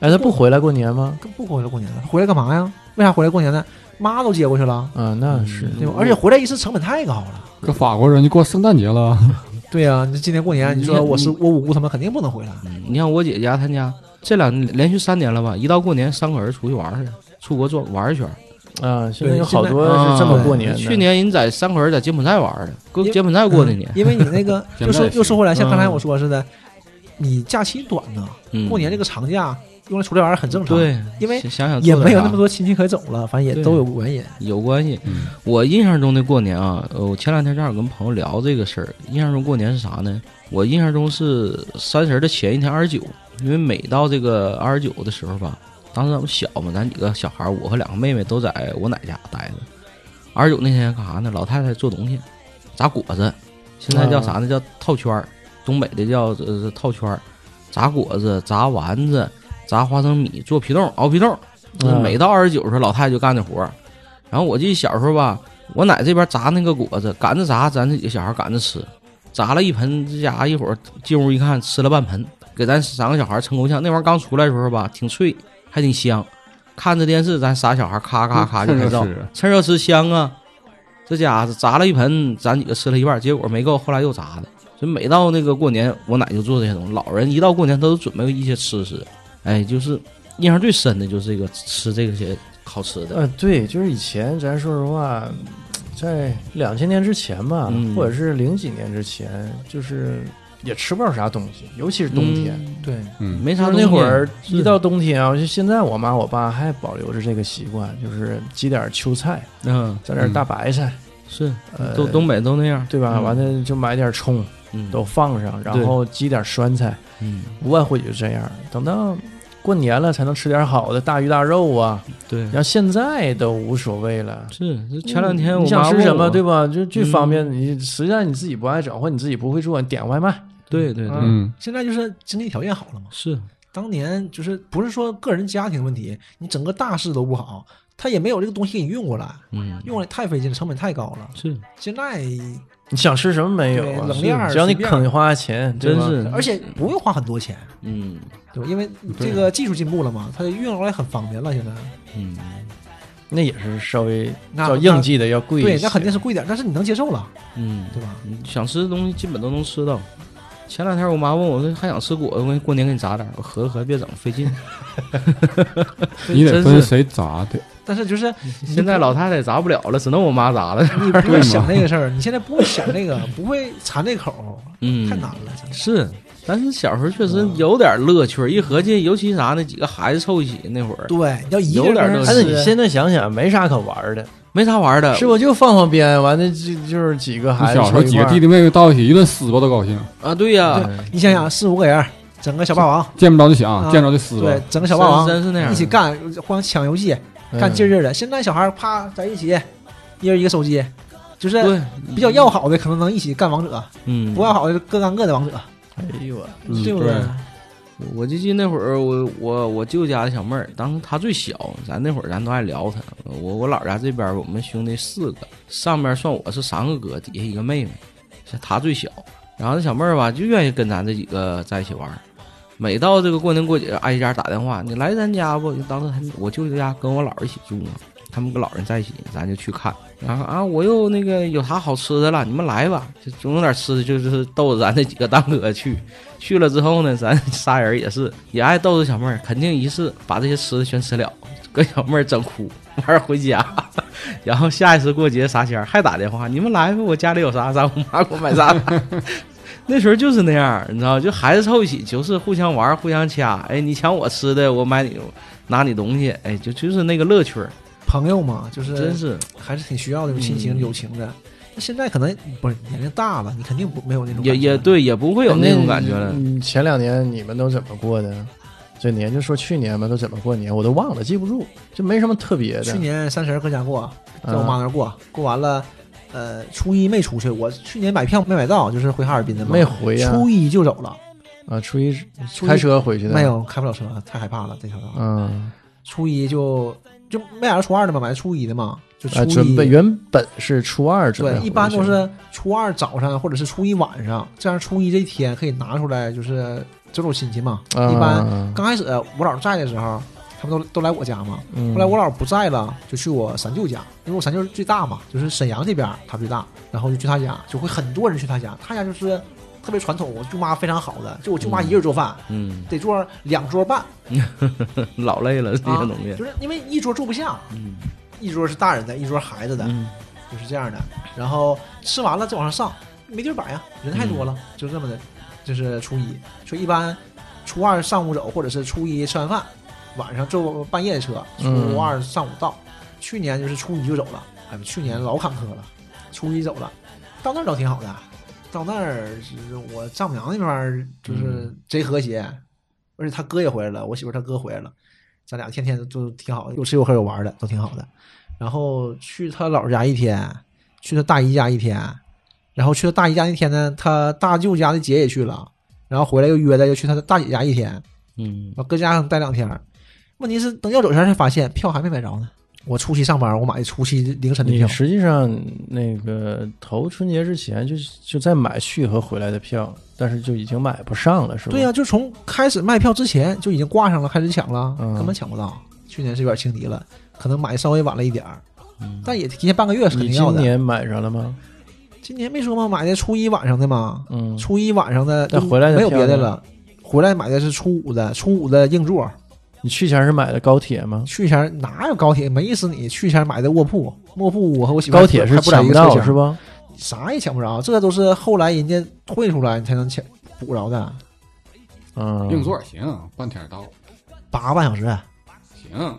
B: 哎，他不回来过年吗？
C: 更不回来过年了，回来干嘛呀？为啥回来过年呢？妈都接过去了，
B: 啊，那是
E: 嗯
C: 对吧？而且回来一次成本太高了。
D: 这法国人就过圣诞节了，
C: 对呀、你今年过年，你说
E: 你
C: 我是我五姑他们肯定不能回来，
E: 嗯你像我姐姐家，她家这两连续三年了吧，一到过年三口人出去玩儿去，出国转玩儿一圈儿。
B: 啊，现在有
C: 对
B: 好多
E: 现在
B: 是这么过年的。
E: 去年人在三口人在柬埔寨玩儿的，搁
C: 因
E: 柬埔寨过的年。
C: 因为你那 个
D: 现
C: 又
D: 在
C: 说
D: 是
C: 又说回来，像
B: 嗯
C: 刚才我说似的，你假期短呢，
E: 嗯
C: 过年这个长假用来出来玩儿很正常，，
E: 对，
C: 因为
E: 想想想
C: 也
E: 做点
C: 没有
E: 啥
C: 那么多亲戚可走了，反正也
E: 对
C: 都有原因。
E: 有关系。我印象中的过年啊，呃，我前两天正好跟朋友聊这个事儿。印象中过年是啥呢？我印象中是三十儿的前一天二十九，因为每到这个二十九的时候吧，当时咱们小嘛，咱几个小孩儿，我和两个妹妹都在我奶家待着。二十九那天干啥呢？老太太做东西，炸果子，现在叫啥呢？叫套圈儿，东北的叫呃套圈儿，炸果子、炸丸子、炸花生米、做皮冻、熬皮冻。就是每到二十九时候，老太太就干这活儿。然后我记得小时候吧，我奶这边炸那个果子，赶着炸，咱这几个小孩赶着吃，炸了一盆，这家伙一会儿进屋一看，吃了半盆，给咱三个小孩撑够呛。那玩意儿刚出来的时候吧，挺脆，还挺香。看着电视，咱仨小孩咔咔 咔就
D: 趁
E: 拍
D: 热
E: 照，
D: 吃
E: 趁热吃香啊！这家伙炸了一盆，咱几个吃了一半，结果没够，后来又炸的。所以每到那个过年，我奶就做这些东西。老人一到过年，他都准备一些吃食。哎，就是印象最深的就是这个吃这些好吃的。
B: 呃，对，就是以前咱说实话，在两千年之前吧，
E: 嗯
B: 或者是零几年之前，就是也吃不着啥东西，尤其是冬天。
E: 嗯
C: 对，
D: 嗯，
E: 没
B: 就
E: 啥
B: 是
E: 东西
B: 那会儿
C: 是
B: 一到冬天啊，就现在我妈我爸还保留着这个习惯，就是挤点秋菜，
E: 嗯
B: 整点大白菜，
E: 是
B: 呃，
E: 都东北都那样，
B: 对吧？
E: 嗯
B: 完了就买点葱，
E: 嗯
B: 都放上，然
E: 对
B: 后挤点酸菜，
E: 嗯
B: 无外乎也就这样。等到过年了才能吃点好的，大鱼大肉啊。
C: 嗯
E: 对
B: 然后现在都无所谓了。
E: 是就前两天我
B: 嗯你想
E: 妈
B: 吃
E: 问
B: 什么，
E: 我
B: 对吧？就最
E: 嗯
B: 方便。你实在你自己不爱整，或者你自己不会做，你点外卖。
E: 对对对
B: 嗯
D: 嗯，
C: 现在就是经济条件好了嘛。
E: 是
C: 当年就是不是说个人家庭问题，你整个大势都不好，他也没有这个东西给你运过来，
E: 嗯
C: 用过来太费劲了，成本太高了。
E: 是
C: 现在
B: 你想吃什么没有
C: 对
B: 啊？
C: 冷链儿
B: 只要你
C: 随便
B: 肯花钱，对
E: 真
B: 吧
E: 是，
C: 而且不用花很多钱，
E: 嗯
C: 对吧？因为这个技术进步了嘛，它运过来很方便了。现在
E: 嗯
B: 那也是稍微
C: 那
B: 叫应季的要贵一些。
C: 对，那肯定是贵点，但是你能接受了，
E: 嗯，
C: 对吧？
E: 你想吃的东西基本都能吃到。前两天我妈问我说还想吃果子，我过年给你炸点儿。我合计合计别整，费劲。
D: 你得
E: 真
D: 分
E: 是
D: 谁砸的，
C: 但是 就是
E: 现在老太太砸不了了，只能我妈砸 了。
C: 你不会想这个事儿，你现在不会想这个，不会馋这口，
E: 嗯
C: 太难了。真的
E: 是，但是小时候确实有点乐趣儿。一合计，尤其啥那几个孩子凑一起那会儿，
C: 对，要一
E: 有
C: 个
E: 点
C: 人
E: 东西
B: 但
C: 吃
B: 是你现在想想，没啥可玩的，
E: 没啥玩儿的。
B: 是不就放放鞭，完了就就是几个孩
D: 你
B: 子
D: 小时候
B: 凑一
D: 几
B: 块
D: 个
B: 儿
D: 弟弟妹妹到一起一顿撕吧都高兴，
E: 啊，对呀、
C: 你想想，四五个人整个小霸王，
D: 见不着就想，
C: 啊
D: 见着就撕吧。
C: 对，整个小霸王
E: 真真是那样
C: 一起干，互相抢游戏，
B: 哎
E: 嗯
C: 干劲儿劲儿的。现在小孩儿啪在一起，一人一个手机，就是
E: 对，
C: 比较要好的可能能一起干王者，
E: 嗯，
C: 不要好的各干各的王者，
B: 哎呦我，
D: 嗯
C: 对不对
D: 对？
E: 我就记得那会儿，我我我舅家的小妹儿，当时她最小，咱那会儿咱都爱聊她。我我姥家这边儿，我们兄弟四个，上面算我是三个哥，底下一个妹妹，是她最小。然后那小妹儿吧，就愿意跟咱这几个在一起玩儿。每到这个过年过节，挨家打电话，你来咱家不？就当时他们我舅舅家跟我姥儿一起住嘛，他们跟老人在一起，咱就去看。然后啊，我又那个有啥好吃的了，你们来吧，就总有点吃的，就是逗着咱这几个当哥去。去了之后呢，咱仨人也是也爱逗着小妹儿，肯定一次把这些吃的全吃了，给小妹儿整哭，完事儿回家， 然后下一次过节啥前儿还打电话，你们来吧，我家里有啥，让我妈给我买啥。 那时候就是那样儿，你知道，就孩子凑一起，就是互相玩儿，互相掐。哎，你抢我吃的，我买你拿你东西，哎，就就是那个乐趣儿，
C: 朋友嘛，就
E: 真
C: 是
E: 是
C: 还是挺需要这种亲情、
E: 嗯
C: 友情的。那现在可能不是年龄大了，你肯定不没有那种
E: 也
C: 感觉
E: 也对，也不会有那种感觉了。
B: 嗯前两年你们都怎么过的？这年就说去年吧，都怎么过年，我都忘了，记不住，就没什么特别的。
C: 去年三十儿搁家过，在我
B: 啊
C: 妈那儿过，过完了，呃，初一没出去。我去年买票没买到，就是回哈尔滨的嘛，
B: 没回呀、
C: 初一就走了，
B: 啊，初一
C: 初一
B: 开车回去的，
C: 没，有开不了车，太害怕了这条道。
B: 嗯，
C: 初一就就没买到初二的嘛，买到初一的嘛，就初
B: 啊，
C: 一。
B: 准备原本是初二准备
C: 对
B: 回，去，
C: 一般都是初二早上或者是初一晚上，这样初一这一天可以拿出来，就是走走亲戚嘛。
B: 啊
C: 一般刚开始呃我姥在的时候，他们都都来我家嘛。
B: 嗯
C: 后来我姥不在了，就去我三舅家，因为我三舅最大嘛，就是沈阳这边儿他最大，然后就去他家，就会很多人去他家。他家就是特别传统，我舅妈非常好的，就我舅妈一个人做饭，
E: 嗯，
C: 得做两桌半
E: 老累了这些
C: 啊
E: 东，西。
C: 就是因为一桌坐不下，
E: 嗯
C: 一桌是大人的，一桌孩子的，
E: 嗯
C: 就是这样的。然后吃完了再往上上，没地儿摆呀，人太多了，就这么的。就是初一，所以一般初二上午走，或者是初一吃完饭，晚上坐半夜的车，
B: 嗯
C: 初二上午到。去年就是初一就走了，哎呦，去年老坎坷了，初一走了，到那儿倒挺好的。到那儿就是我丈母娘那边儿就是贼和谐，而且他哥也回来了，我媳妇儿她哥回来了，咱俩天天都挺好，有吃有喝有玩的，都挺好的。然后去他姥儿家一天，去他大姨家一天，然后去他大姨家那天呢，他大舅家的姐也去了，然后回来又约着又去他大姐家一天，
E: 嗯，
C: 我搁家待两天儿。问题是等要走前儿才发现票还没买着呢。我初七上班，我买的初七凌晨的
B: 你
C: 票。
B: 实际上那个头春节之前就就在买去和回来的票，但是就已经买不上了，是吧？
C: 对呀、就从开始卖票之前就已经挂上了，开始抢了，
B: 嗯
C: 根本抢不到。去年是有点轻敌了，可能买稍微晚了一点儿，但也提前半个月是
B: 嗯
C: 肯
B: 你
C: 定要
B: 今
C: 的。
B: 年买上了吗？
C: 今年没说吗？买的初一晚上的嘛，
B: 嗯，
C: 初一晚上的
B: 那回来的
C: 没有别
B: 票
C: 的
B: 呢
C: 了，回来买的是初五的，初五的硬座，
B: 你去前是买的高铁吗？
C: 去前哪有高铁？没死你！去前买的卧铺，卧铺我和我媳妇
B: 高铁是
C: 还不在
B: 抢
C: 一
B: 不
C: 个车
B: 到
C: 厢
B: 是？吧？
C: 啥也抢不着，这都是后来人家退出来你才能抢补着的，
B: 嗯，
D: 硬座也行，半天到
C: 八个半小
B: 啊
C: 时，
D: 行。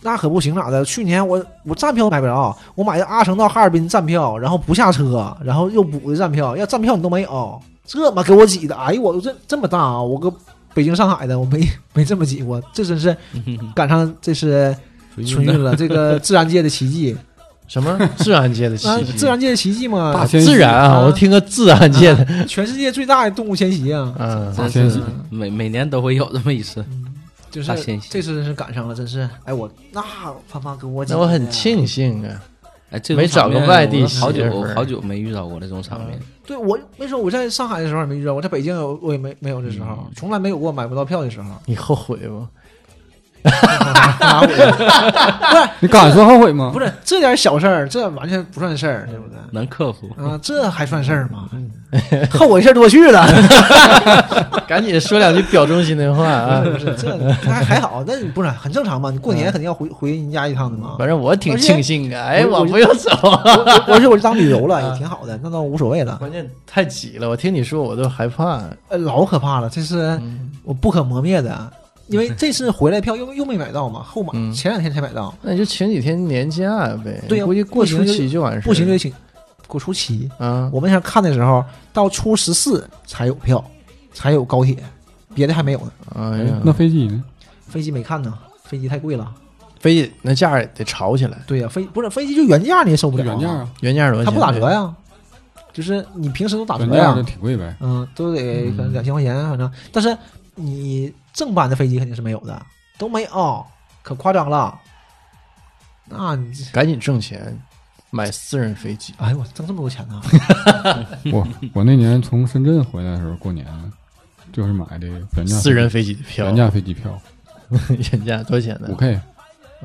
C: 那可不行咋的？去年我我站票都买不着，我买的阿城到哈尔滨站票，然后不下车，然后又补的站票，要站票你都没有，这妈给我挤的，哎呦我这这么大啊！我搁北京上海的我没没这么挤过，这真是
E: 嗯
C: 赶上这是春运了，这个自然界的奇迹，
B: 什么自然界 的奇
C: 啊
B: 迹？
C: 自然界的奇迹嘛，
D: 大迁
B: 自
D: 徙
B: 然啊，
C: 啊
B: 我听个自然界的，
C: 全世界最大的动物迁徙啊，
B: 嗯，
D: 大
E: 真
D: 迁
E: 是
D: 徙，
E: 每每年都会有这么一次，
C: 就是
E: 大迁徙
C: 这次真是赶上了，真是哎我那潘潘给我挤
B: 那我很
C: 的
B: 庆幸啊。
E: 哎，这种
B: 没找个
E: 场面
B: 外地
E: 我好
B: 媳
E: 久
B: 妇儿嗯
E: 好久没遇到过这种场面，
C: 对我没说我在上海的时候也没遇到，我在北京有我也没没有这时
B: 嗯
C: 候，从来没有过买不到票的时候。
B: 你后悔吗？
C: 哪有
D: 你敢说后悔吗？
C: 不是 这点小事儿，这完全不算事儿，对不对？
E: 能克服。
B: 嗯
C: 啊，这还算事儿吗？后悔事儿多去了，
B: 赶紧说两句表忠心的话啊
C: 是！不是？这还还好，那你不是很正常嘛？你过年肯定要回回人家一趟的嘛。
B: 嗯反正 我挺庆幸的，哎，
C: 我
B: 我不用走啊。
C: 我而且我是当旅游
B: 嗯
C: 了，也挺好的，那倒无所谓了。
B: 关键太挤了，我听你说我都害怕。
C: 呃，老可怕了，这是
B: 嗯
C: 我不可磨灭的，因为这次回来票又又没买到嘛，后买
B: 嗯
C: 前两天才买到，
B: 那你就请几天年假呗，
C: 对呀
B: 估计过初七就完事儿了。
C: 不行就请给我出七。
B: 啊，
C: 我们想看的时候，到初十四才有票，才有高铁，别的还没有呢。
B: 哎
D: 哎
B: 呀，
C: 嗯
D: 那飞机呢？
C: 飞机没看呢，飞机太贵了。
B: 非得那价儿得吵起来，
C: 对呀、飞不是飞机就原价你也受不了、
D: 原价，啊，
B: 原价儿多少
C: 它
B: 钱？
C: 不打折呀，就是你平时都打
D: 原
C: 折
D: 价就
C: 呀，
D: 挺贵呗。
C: 嗯，都得可能两千块钱，啊反正，但是你正版的飞机肯定是没有的，都没有，可夸张了。那你这，
B: 赶紧挣钱，买私人飞机。
C: 哎呦，我挣这么多钱呢、
D: 我我那年从深圳回来的时候，过年就是买的原价
B: 私人飞机的票，
D: 原价飞机票，
B: 原价多少钱
D: 五
B: 呢？
D: K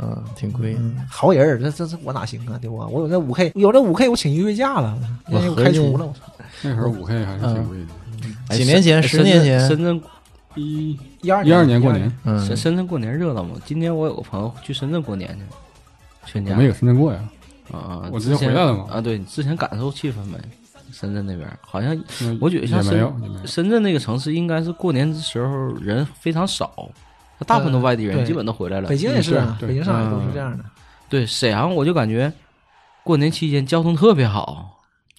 B: 嗯，挺贵的。
C: 嗯好人儿，这这这我哪行啊，对不？我有那五 K，有这五 K，我请一个月假了，
B: 我
C: 让人
B: 合
C: 开
B: 计
C: 除了。我操
D: 那时候五 K 还是挺贵的。
E: 哎
B: 几年前
E: 深
B: 十年前
E: 深圳
D: 一
C: 一二
D: 一二年过年，，
B: 嗯，
E: 深深圳过年热闹吗？今年我有个朋友去深圳过年去了，全
D: 我
E: 家
D: 没搁深圳过呀。
E: 啊，啊
D: 我
E: 之
D: 直接
E: 前
D: 回来了嘛
E: 啊，对，你之前感受气氛没？深圳那边儿好像
D: 那
E: 我觉得像
D: 也
E: 深
D: 没有，也没有。
E: 深圳那个城市应该是过年的时候人非常少，大部分
B: 嗯
E: 都外地人，
C: 对
E: 基本都回来了
C: 北。京也是啊，
D: 对对
C: 北京、上海
E: 嗯
C: 都是这样的。
E: 对沈阳，我就感觉过年期间交通特别好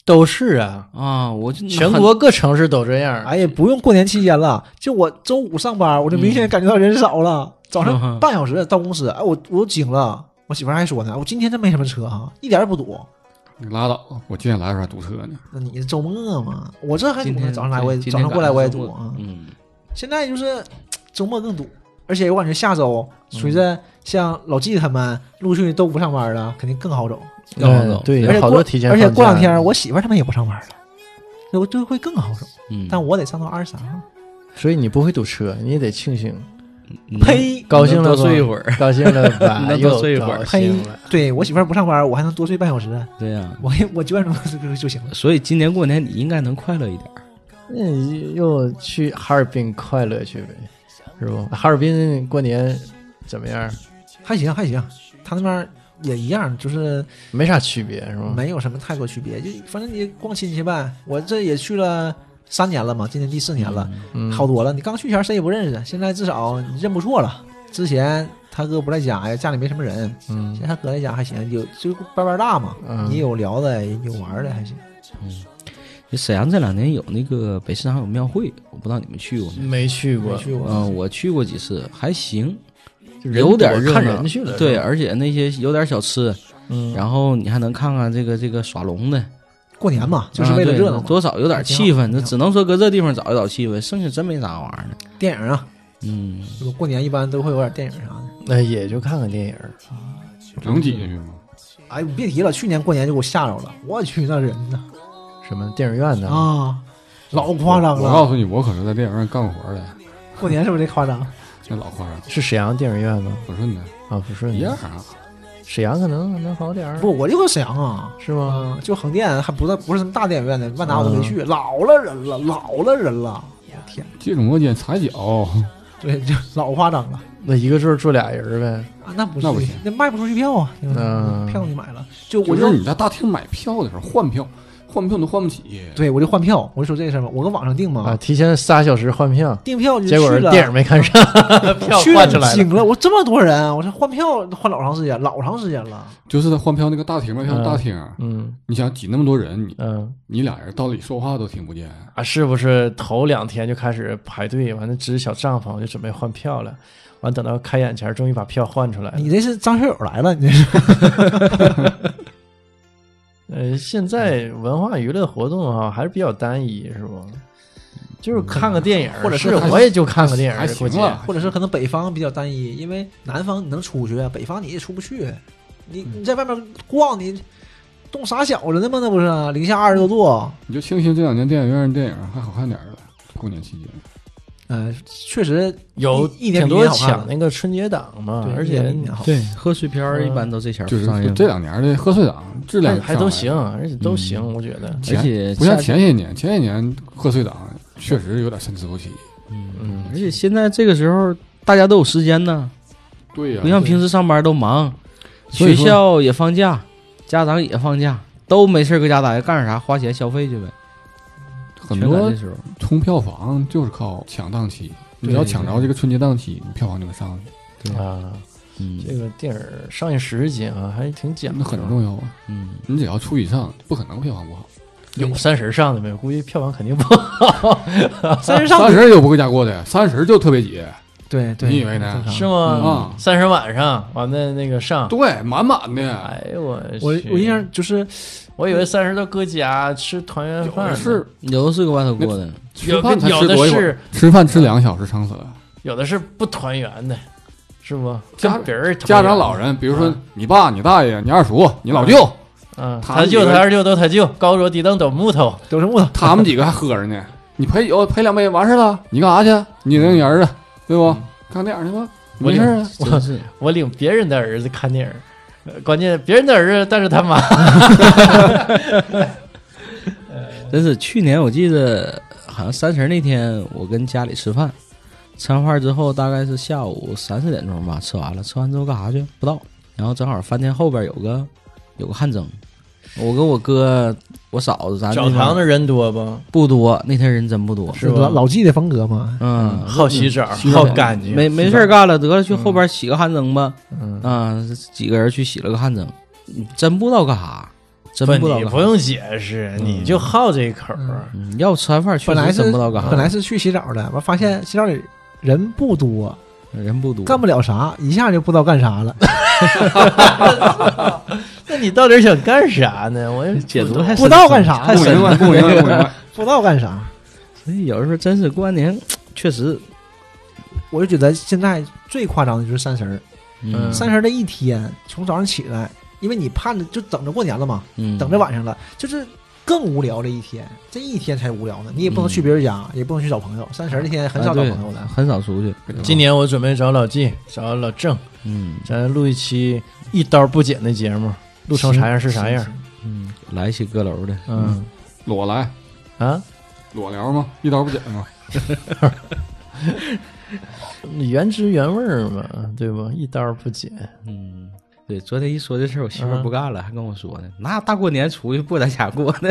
B: 都是啊，
E: 啊，我就
B: 全国各城市都这样。
C: 嗯哎呀，不用过年期间了，就我周五上班，我就
E: 嗯
C: 明显感觉到人少了。早上半小时到公司，哎，我我都惊了。我媳妇儿还说呢，我今天真没什么车啊，一点儿也不堵。
D: 你拉倒吧，我今天来的时候还堵车呢。
C: 那你是周末嘛？我这还
E: 今
C: 堵呢，
E: 天
C: 早上来我也
E: 对今
C: 早
E: 天
C: 上过来我也
E: 赶
C: 堵
E: 上周
C: 啊
E: 末。嗯，
C: 现在就是周末更堵，而且我感觉下周随着
E: 嗯
C: 像老纪他们陆续都不上班了，肯定更好走。
E: 要往走
B: 嗯，对，
C: 而且
B: 有好
C: 过
B: 多提前
C: 而
B: 放假
C: 且
B: 的，
C: 过两天我媳妇儿他们也不上班了，那我就会更好走。
E: 嗯
C: 但我得上到二十三号。
B: 所以你不会堵车，你也得庆幸，
E: 你能
C: 呸！
B: 高兴了
E: 能
B: 吧
E: 多啊睡一会儿，
B: 高兴了 吧？
E: 能多睡一会
B: 又
E: 儿
B: 高
C: 呸
B: 兴了！
C: 对我媳妇儿不上班，我还能多睡半小时。
E: 对呀。
C: 我我九点钟就就行了。
E: 所以今年过年你应该能快乐一点儿，
B: 那你又去哈尔滨快乐去呗，是不？哈尔滨过年怎么样？
C: 还行还行，他那边儿也一样，就是
B: 没啥区别是吗？
C: 没有什么太多区别，就反正你逛亲戚呗。我这也去了三年了嘛，今年第四年了，
B: 嗯
C: 好多了。你刚去前谁也不认识，现在至少你认不错了。之前他哥不在家呀，家里没什么人，
B: 嗯
C: 现在他哥在家还行，有就班班大嘛，
B: 嗯
C: 你有聊的，有玩的还行。
E: 就沈阳这两年有那个北市场有庙会，我不知道你们去过没？
B: 没去过，
C: 没去过
E: 嗯，我去过几次，还行，
B: 人
E: 有点
B: 多
E: 热闹
B: 看人去了。
E: 对，
B: 是吧，
E: 而且那些有点小吃，
B: 嗯，
E: 然后你还能看看这个这个耍龙的，
C: 过年嘛，就是为了
E: 啊对
C: 热闹嘛，
E: 多少有点气
C: 还
E: 氛。
C: 挺好
E: 那只能说搁这地方找一找气氛，剩下真没啥玩意儿的。
C: 电影啊，
E: 嗯，
C: 就是过年一般都会有点电影啥的。
B: 那也就看看电影儿。
D: 能挤进去吗？
C: 哎，你别提了，去年过年就给我吓着了，我去那人呢。
B: 什么电影院呢？
C: 啊，老夸张
D: 我告
C: 了。
D: 诉你，我可是在电影院干过活的，
C: 过年是不是得夸张？
D: 那老夸张，
B: 是沈阳电影院吗？
D: 抚顺的
B: 啊，不是，
D: 一样啊。
B: 沈阳可能能好点儿，
C: 不，我就搁沈阳啊，
B: 是吗？
C: 啊，就横店，还不是不是什么大电影院的，万达我都没去，老了人了，老了人了，我天，
D: 借种摩肩踩脚，
C: 对，就老夸张了。
B: 那一个座儿坐俩人呗，
C: 啊，那不
D: 那不
C: 是
D: 行，
C: 那卖不出去票啊，对吧
B: 嗯
C: 票你买了，就
D: 就
C: 我
D: 是
C: 就
D: 你在大厅买票的时候换票，换票你都换不起。
C: 对我就换票，我就说这事儿嘛，我搁网上订
B: 啊，
C: 嘛，
B: 提前仨小时换票，
C: 订票就去
B: 结果
C: 了，
B: 电影没看上， 票
C: 去
B: 换出来了。
C: 惊了，我这么多人，我说换票换老长时间，老长时间了，
D: 就是他换票那个大厅，卖票
B: 嗯
D: 大厅，啊
B: 嗯
D: 你想挤那么多人，你
B: 嗯
D: 你俩人到里说话都听不见。
B: 啊，是不是头两天就开始排队，完了支小帐篷就准备换票了，完等到开演前终于把票换出来了
C: 你。这是张学友来了，你这是
B: 呃，现在文化娱乐活动哈、还是比较单一，是不？就是看个电影，
C: 或者
B: 嗯是
C: 是还
B: 我 也就看个电
D: 还
B: 影，
D: 行
B: 过节
D: 了，
C: 或者是可能北方比较单一，因为南方你能出去，啊北方你也出不去。你你在外面逛，你冻傻小子呢吗？那不是啊零下二十多度。
D: 你就庆幸这两年电影院电影还好看点儿了。过年期间，
C: 呃，确实
B: 有
C: 一一年
B: 挺多
C: 比一年好看
B: 抢
C: 了
B: 那个春节档嘛
C: 对，
B: 而
C: 一
B: 且
C: 年比一年好
E: 对，贺岁片儿
B: 嗯
E: 一般都这前儿
D: 就是啊
E: 上映，
D: 这两年的贺岁档质量
B: 还还都
D: 上来
B: 行，
D: 了，
B: 而且都行，我觉得。
E: 而且
D: 不像
E: 夏
D: 前些年，前些年贺岁档确实有点参差不齐。
E: 嗯，而且现在这个时候大家都有时间呢，
D: 对啊呀
E: 不像平时上班都忙，
D: 所
E: 学
D: 以说
E: 校也放假，家长也放假，都没事儿搁家待着，干点啥花钱消费去呗。
D: 很
E: 全赶
D: 多
E: 这时候，
D: 冲票房就是靠抢档期，你只要抢着这个春节档期，你票房就能上去，
B: 啊，
E: 嗯
B: 这个电影上映时间啊，还挺讲
D: 那
B: 究，
D: 很重要啊！
E: 嗯，
D: 你只要出以上，不可能票房不好。
B: 有三十上的没有？估计票房肯定不好，
C: 三十上
D: 三十有不回家过的，三十就特别挤，
C: 对对，
D: 你以为呢？
B: 是吗？
D: 啊，
B: 三十晚上完了那个上，
D: 对，满满的。
B: 哎呦我
C: 我
B: 去
C: 我印象就是
B: 我以为三十都搁家吃团圆饭
D: 有的
B: 呢，
D: 是
E: 有的是个外头过的，
D: 吃饭才
B: 有
D: 吃
B: 的
D: 多一会
B: 是
D: 儿，吃饭吃两个小时撑死了。
B: 有的是不团圆的，是不？
D: 家
B: 跟别人团圆
D: 家长老人，比如说你爸、你大爷、你二叔、你老舅，
B: 啊，
D: 他
B: 他舅
D: 们几个
B: 他二舅都他舅，高桌低凳抖木头，
C: 都是木头，
D: 他们几个还喝着呢。你陪酒陪两杯完事儿了，你干啥去？你领你儿子对不？看电影去吧，
B: 我
D: 没事儿啊。
B: 我
E: 真是
B: 我领别人的儿子看电影儿，呃关键别人的儿子但是他妈，
E: 真是去年我记得好像三十那天，我跟家里吃饭，吃完饭之后大概是下午三四点钟吧，吃完了，吃完之后干啥去？不知道。然后正好饭店后边有个有个汗蒸，我跟我哥、我嫂子，咱
B: 澡
E: 那
B: 堂
E: 帮
B: 的人多不？
E: 不多，那天人真不多。
B: 是吧
C: 老老纪的风格嘛。
E: 嗯，
B: 好洗澡，
E: 洗澡
B: 好干净，
E: 没没事儿干了，得了，去
D: 嗯
E: 后边洗个汗蒸吧。
B: 嗯
E: 啊，几个人去洗了个汗蒸，真不知道干啥，真
B: 不，
E: 知道
B: 你
E: 干
B: 不
E: 啥。
B: 用解释，你就好这口儿。
E: 嗯要吃完饭确
C: 本来
E: 实
C: 是
E: 真不知道干
C: 本
E: 啥，
C: 来是去洗澡的，完发现洗澡里人不多，
E: 人不多，
C: 干不了啥，一下就不知道干啥了。
B: 那你到底想干啥呢？我也
E: 解读
B: 不懂
E: 还
C: 不知道干啥
E: 太
D: 不
E: 深
D: 明白，
E: 了
D: 不明白，不明白。
C: 不知道干啥，
E: 所以有的时候真是过完年，确实，
C: 我就觉得现在最夸张的就是三十儿，
B: 嗯
C: 三十儿的一天从早上起来，因为你盼着就等着过年了嘛，
E: 嗯
C: 等着晚上了，就是更无聊的一天，这一天才无聊呢。你也不能
B: 嗯
C: 去别人家，也不能去找朋友，三十儿那天很少
E: 啊
C: 找
E: 对
C: 朋友的。
E: 很少出去，
B: 今年我准备找老纪，找老郑，
E: 嗯
B: 咱录一期一刀不剪的节目，录成啥样是啥样。
E: 嗯，来一起阁楼的，
B: 嗯
D: 裸来
B: 啊，
D: 裸聊吗？一刀不剪吗？
B: 原汁原味儿嘛，对吧？一刀不剪，
E: 嗯。对，昨天一说这事儿，我媳妇儿不干了，还跟我说呢，那大过年出去不在家过 呢，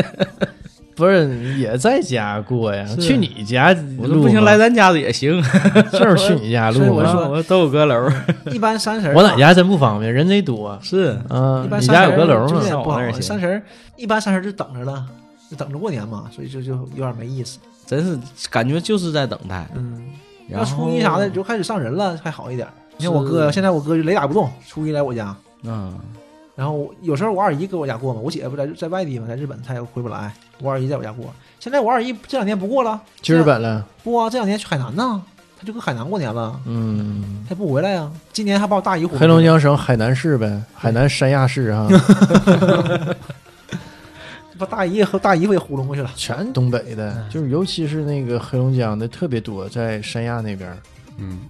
B: 不是也在家过呀？
E: 是
B: 去你家
E: 我说
B: 录
E: 不行，
B: 吗
E: 来咱家也 行，
B: 就是去你家录
C: 所以
B: 嘛。
C: 我说
E: 我说都有阁楼，
C: 一般三十儿，
B: 我哪？家真不方便，人贼多。
E: 是，
B: 啊
C: 一，般
B: 你
C: 三
B: 家
C: 十儿
B: 有阁楼
C: 就
B: 吗
C: 是？
E: 上
C: 不
E: 我那
C: 好
E: 儿，行
C: 三十儿一般三十儿就等着了，就等着过年嘛，所以就就有点没意思。
E: 真是感觉就是在等待。
C: 嗯，
E: 然
C: 要
E: 后
C: 初一啥的，就开始上人了，还好一点儿。你看
E: 是
C: 我哥，现在我哥就雷打不动，初一来我家，
E: 嗯，
C: 然后我有时候我二姨搁我家过嘛，我姐不在在外地嘛，在日本，她也回不来，我二姨在我家过。现在我二姨这两天不过了，
B: 去日本了，
C: 不啊，这两天去海南呢，她就搁海南过年了，
B: 嗯，
C: 她不回来啊。今年还把我大姨回来
B: 黑龙江省海南市呗，海南三亚市啊，
C: 把大姨和大姨夫也糊弄过去了。
B: 全东北的，就是尤其是那个黑龙江的特别多，在三亚那边儿。
D: 嗯，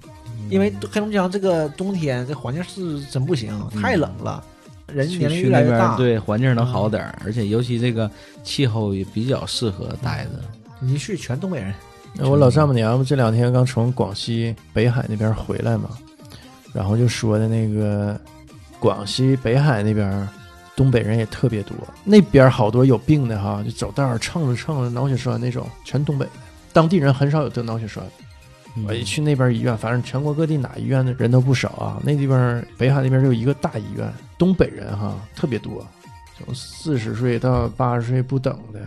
C: 因为黑龙江这个冬天这环境是真不行，太冷了，人
E: 去
C: 年龄
E: 去
C: 越
E: 那
C: 来越
E: 边
C: 大。嗯
E: 对环境能好点儿，而且尤其这个气候也比较适合待着。
C: 你去全东北人，
B: 那我老丈母娘不这两天刚从广西北海那边回来嘛，然后就说的那个广西北海那边儿，东北人也特别多，那边儿好多有病的哈，就走道儿蹭着蹭着脑血栓那种，全东北的，当地人很少有得脑血栓。
C: 嗯
B: 我一哎去那边医院，反正全国各地哪医院的人都不少啊。那地方北海那边就有一个大医院，东北人哈特别多，从四十岁到八十岁不等的，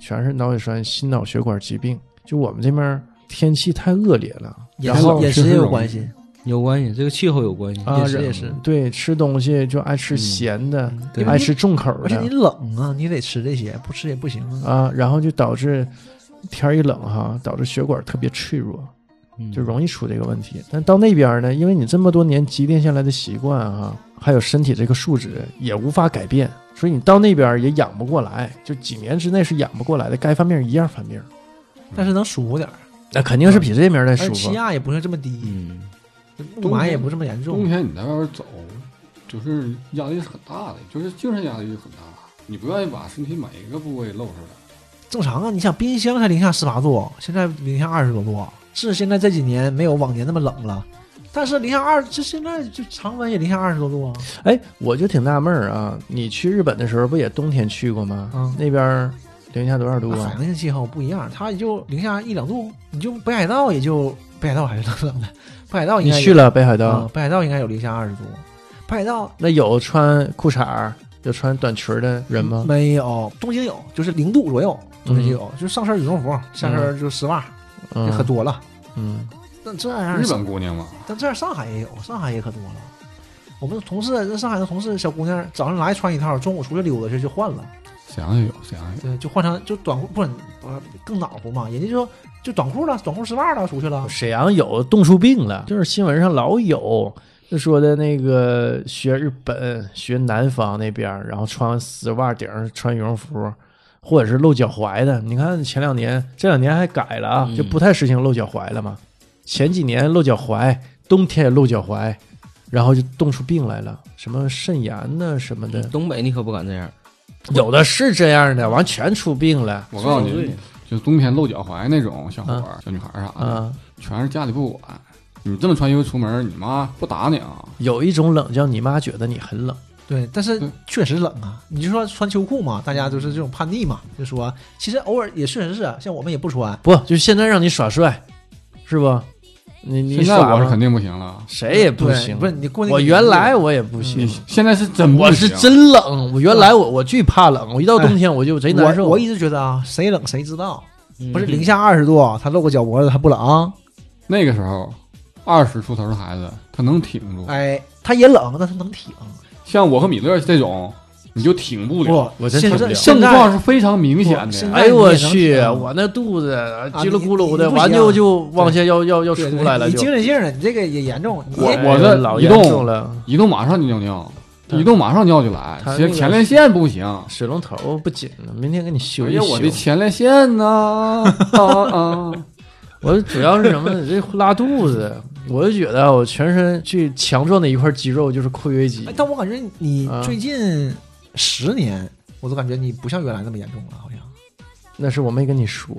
B: 全是脑血栓、心脑血管疾病。就我们这边天气太恶劣了，
C: 饮
B: 然
C: 食
B: 后
C: 饮食也有关系，
E: 有关系，这个气候有关系。
B: 啊
C: 饮食
B: 人
C: 也是，
B: 对吃东西就爱吃咸的，
E: 对
B: 嗯爱吃嗯重口
C: 而且你
B: 的
C: 冷啊，你得吃这些，不吃也不行啊。
B: 啊，然后就导致天儿一冷哈，导致血管特别脆弱。
E: 嗯
B: 就容易出这个问题。但到那边呢，因为你这么多年积淀下来的习惯啊，还有身体这个数值也无法改变，所以你到那边也养不过来，就几年之内是养不过来的，该犯病一样犯病，嗯
C: 但是能舒服点儿，
B: 那肯定是比这面儿再
C: 而
B: 舒
C: 且气
B: 服。
C: 压也不是这么低，
E: 嗯，
C: 雾霾也不这么严
D: 冬
C: 重。
D: 天你在外边走，就是压力是很大的，就是精神压力就很大。你不愿意把身体每一个部位露出来，
C: 正常啊，你想冰箱才零下十八度，现在零下二十多度，是现在这几年没有往年那么冷了，但是零下二，这现在就常温也零下二十多度啊。
B: 哎，我就挺纳闷儿啊，你去日本的时候不也冬天去过吗？
C: 嗯
B: 那边儿零下多少度
C: 那
B: 啊
C: 环？境气候不一样，它也就零下一两度，你就北海道也就北海道还是冷冷的，北海道应
B: 你
C: 该有
B: 去了北海道，
C: 啊，北海道应该有零下二十度，北海道
B: 那有穿裤衩儿、有穿短裙儿的人吗？
C: 没有，东京有，就是零度左右，东京有，就是上身羽绒服，下身就丝袜，
B: 嗯，
C: 也可多了。
B: 嗯，
C: 那这样
D: 日本姑娘嘛，
C: 但这样上海也有，上海也可多了。我们同事，那上海的同事小姑娘，早上来穿一套，中午出去溜达去就换了，
D: 沈阳也有，沈阳也有。
C: 对，就换成就短裤，不是呃更暖和嘛，人家就就短裤了，短裤丝袜了，出去了。
B: 沈阳有冻出病了，啊就是新闻上老有，就说的那个学日本、学南方那边儿，然后穿丝袜顶上穿羽绒服，或者是露脚踝的。你看前两年，这两年还改了啊，
E: 嗯
B: 就不太实行露脚踝了嘛。前几年露脚踝，冬天也露脚踝，然后就冻出病来了，什么肾炎呐什么的，
E: 东北你可不敢这样。
B: 有的是这样的，完全出病了
D: 我告诉
E: 对
D: 你，就冬天露脚踝那种小伙儿、小女孩儿啥的，
B: 啊。
D: 全是家里不管。你这么穿衣服出门，你妈不打你啊？
B: 有一种冷叫你妈觉得你很冷。
C: 对，但是
B: 嗯
D: 对
C: 确实冷啊！你就说穿秋裤嘛，大家就是这种叛逆嘛，就说其实偶尔也确实是啊，像我们也不穿，
B: 不，就现在让你耍帅，是不？你你
D: 现在
B: 耍
D: 我是
B: 吗
D: 肯定不行了。
B: 谁也不
C: 对
B: 行，
C: 不是你过那个
B: 我
C: 年纪
B: 原来我也不行
D: 你，现在是真不
B: 我是
D: 行
B: 真冷，我原来我我最怕冷，我一到冬天我就贼难
C: 哎我
B: 受。
C: 我一直觉得啊，谁冷谁知道，不是
E: 嗯
C: 零下二十度，啊他露个脚脖子他不冷，
D: 那个时候，二十出头的孩子他能挺住，
C: 哎，他也冷，但他能挺。
D: 像我和米勒这种，你就挺不了。
B: 我真挺
C: 现
B: 不
C: 在
B: 了
D: 症
C: 现
D: 状
C: 在
D: 是非常明显
C: 不现
D: 的。
C: 在
B: 哎呦我
C: 你也能
B: 去，
C: 挺
B: 我那肚子啊叽
C: 你
B: 里咕噜的，
C: 你不
B: 完
C: 行
B: 就就往下要要要出
C: 对对
B: 来了，
C: 你
B: 就
C: 精哎神性的，你这个也严重。你
D: 我
C: 也
D: 我这
B: 老
D: 移
B: 严
D: 动
B: 重了，
D: 移动马上就尿尿，
B: 对
D: 移动马上尿就来
B: 他，那
D: 前
B: 个
D: 前列腺不行。
B: 水龙头不紧了，明天给你修
D: 哎
B: 一
D: 呀，
B: 修。
D: 我的前列腺 呢？啊啊！
B: 我主要是什 么？这拉肚子，我就觉得我全身最强壮的一块肌肉就是括约肌
C: 哎，。但我感觉你
B: 啊
C: 最近十年，我都感觉你不像原来那么严重了，好像。
B: 那是我没跟你说，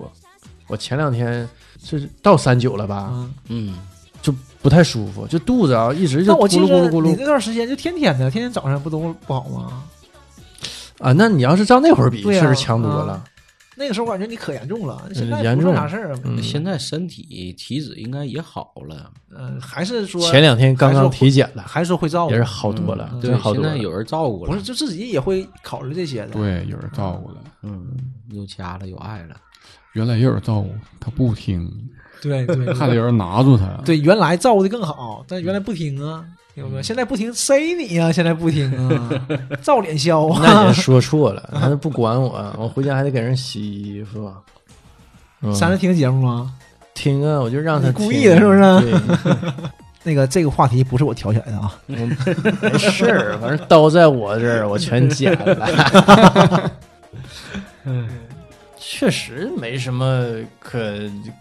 B: 我前两天就是到三九了吧，
C: 嗯，
E: 嗯，
B: 就不太舒服，就肚子啊一直就
C: 那我
B: 咕
C: 记
B: 噜咕噜
C: 得
B: 咕
C: 你
B: 噜
C: 那段时间就天天的，天天早上不都不好吗？
B: 啊。那你要是照那会儿比，
C: 对
B: 确
C: 啊
B: 实强多了。
C: 那个时候我感觉你可严重了，
B: 嗯
C: 现在
B: 严
C: 不
B: 重
C: 算啥事儿啊。
B: 嗯，
E: 现在身体体脂应该也好了，
C: 嗯，还是说
B: 前两天刚刚体检了，
C: 还是说会照
B: 也
C: 顾
B: 是，好多了，
C: 嗯
B: 真
E: 对，
B: 好
E: 现
B: 多
E: 在
B: 了。
E: 有人照顾了，
C: 不是就自己也会考虑这些的。
D: 对，有人照顾了，
E: 嗯，有家了，有爱了，
D: 原来也有人照顾，他不听，
C: 对对 对
D: 还得有人拿住他。
C: 对，原来照顾的更好，但
B: 嗯
C: 原来不听啊，有没有？现在不听，谁你呀、现在不听 啊，照脸削啊，
B: 那也 说错了，他不管我，我回家还得给人洗衣服。嗯
C: 咱是听节目吗？
B: 听啊，我就让他
C: 你故
B: 听
C: 意的是不是
B: 对
C: 那个这个话题不是我挑起来的啊，
B: 没事儿，反正刀在我这儿，我全捡了。确实没什么可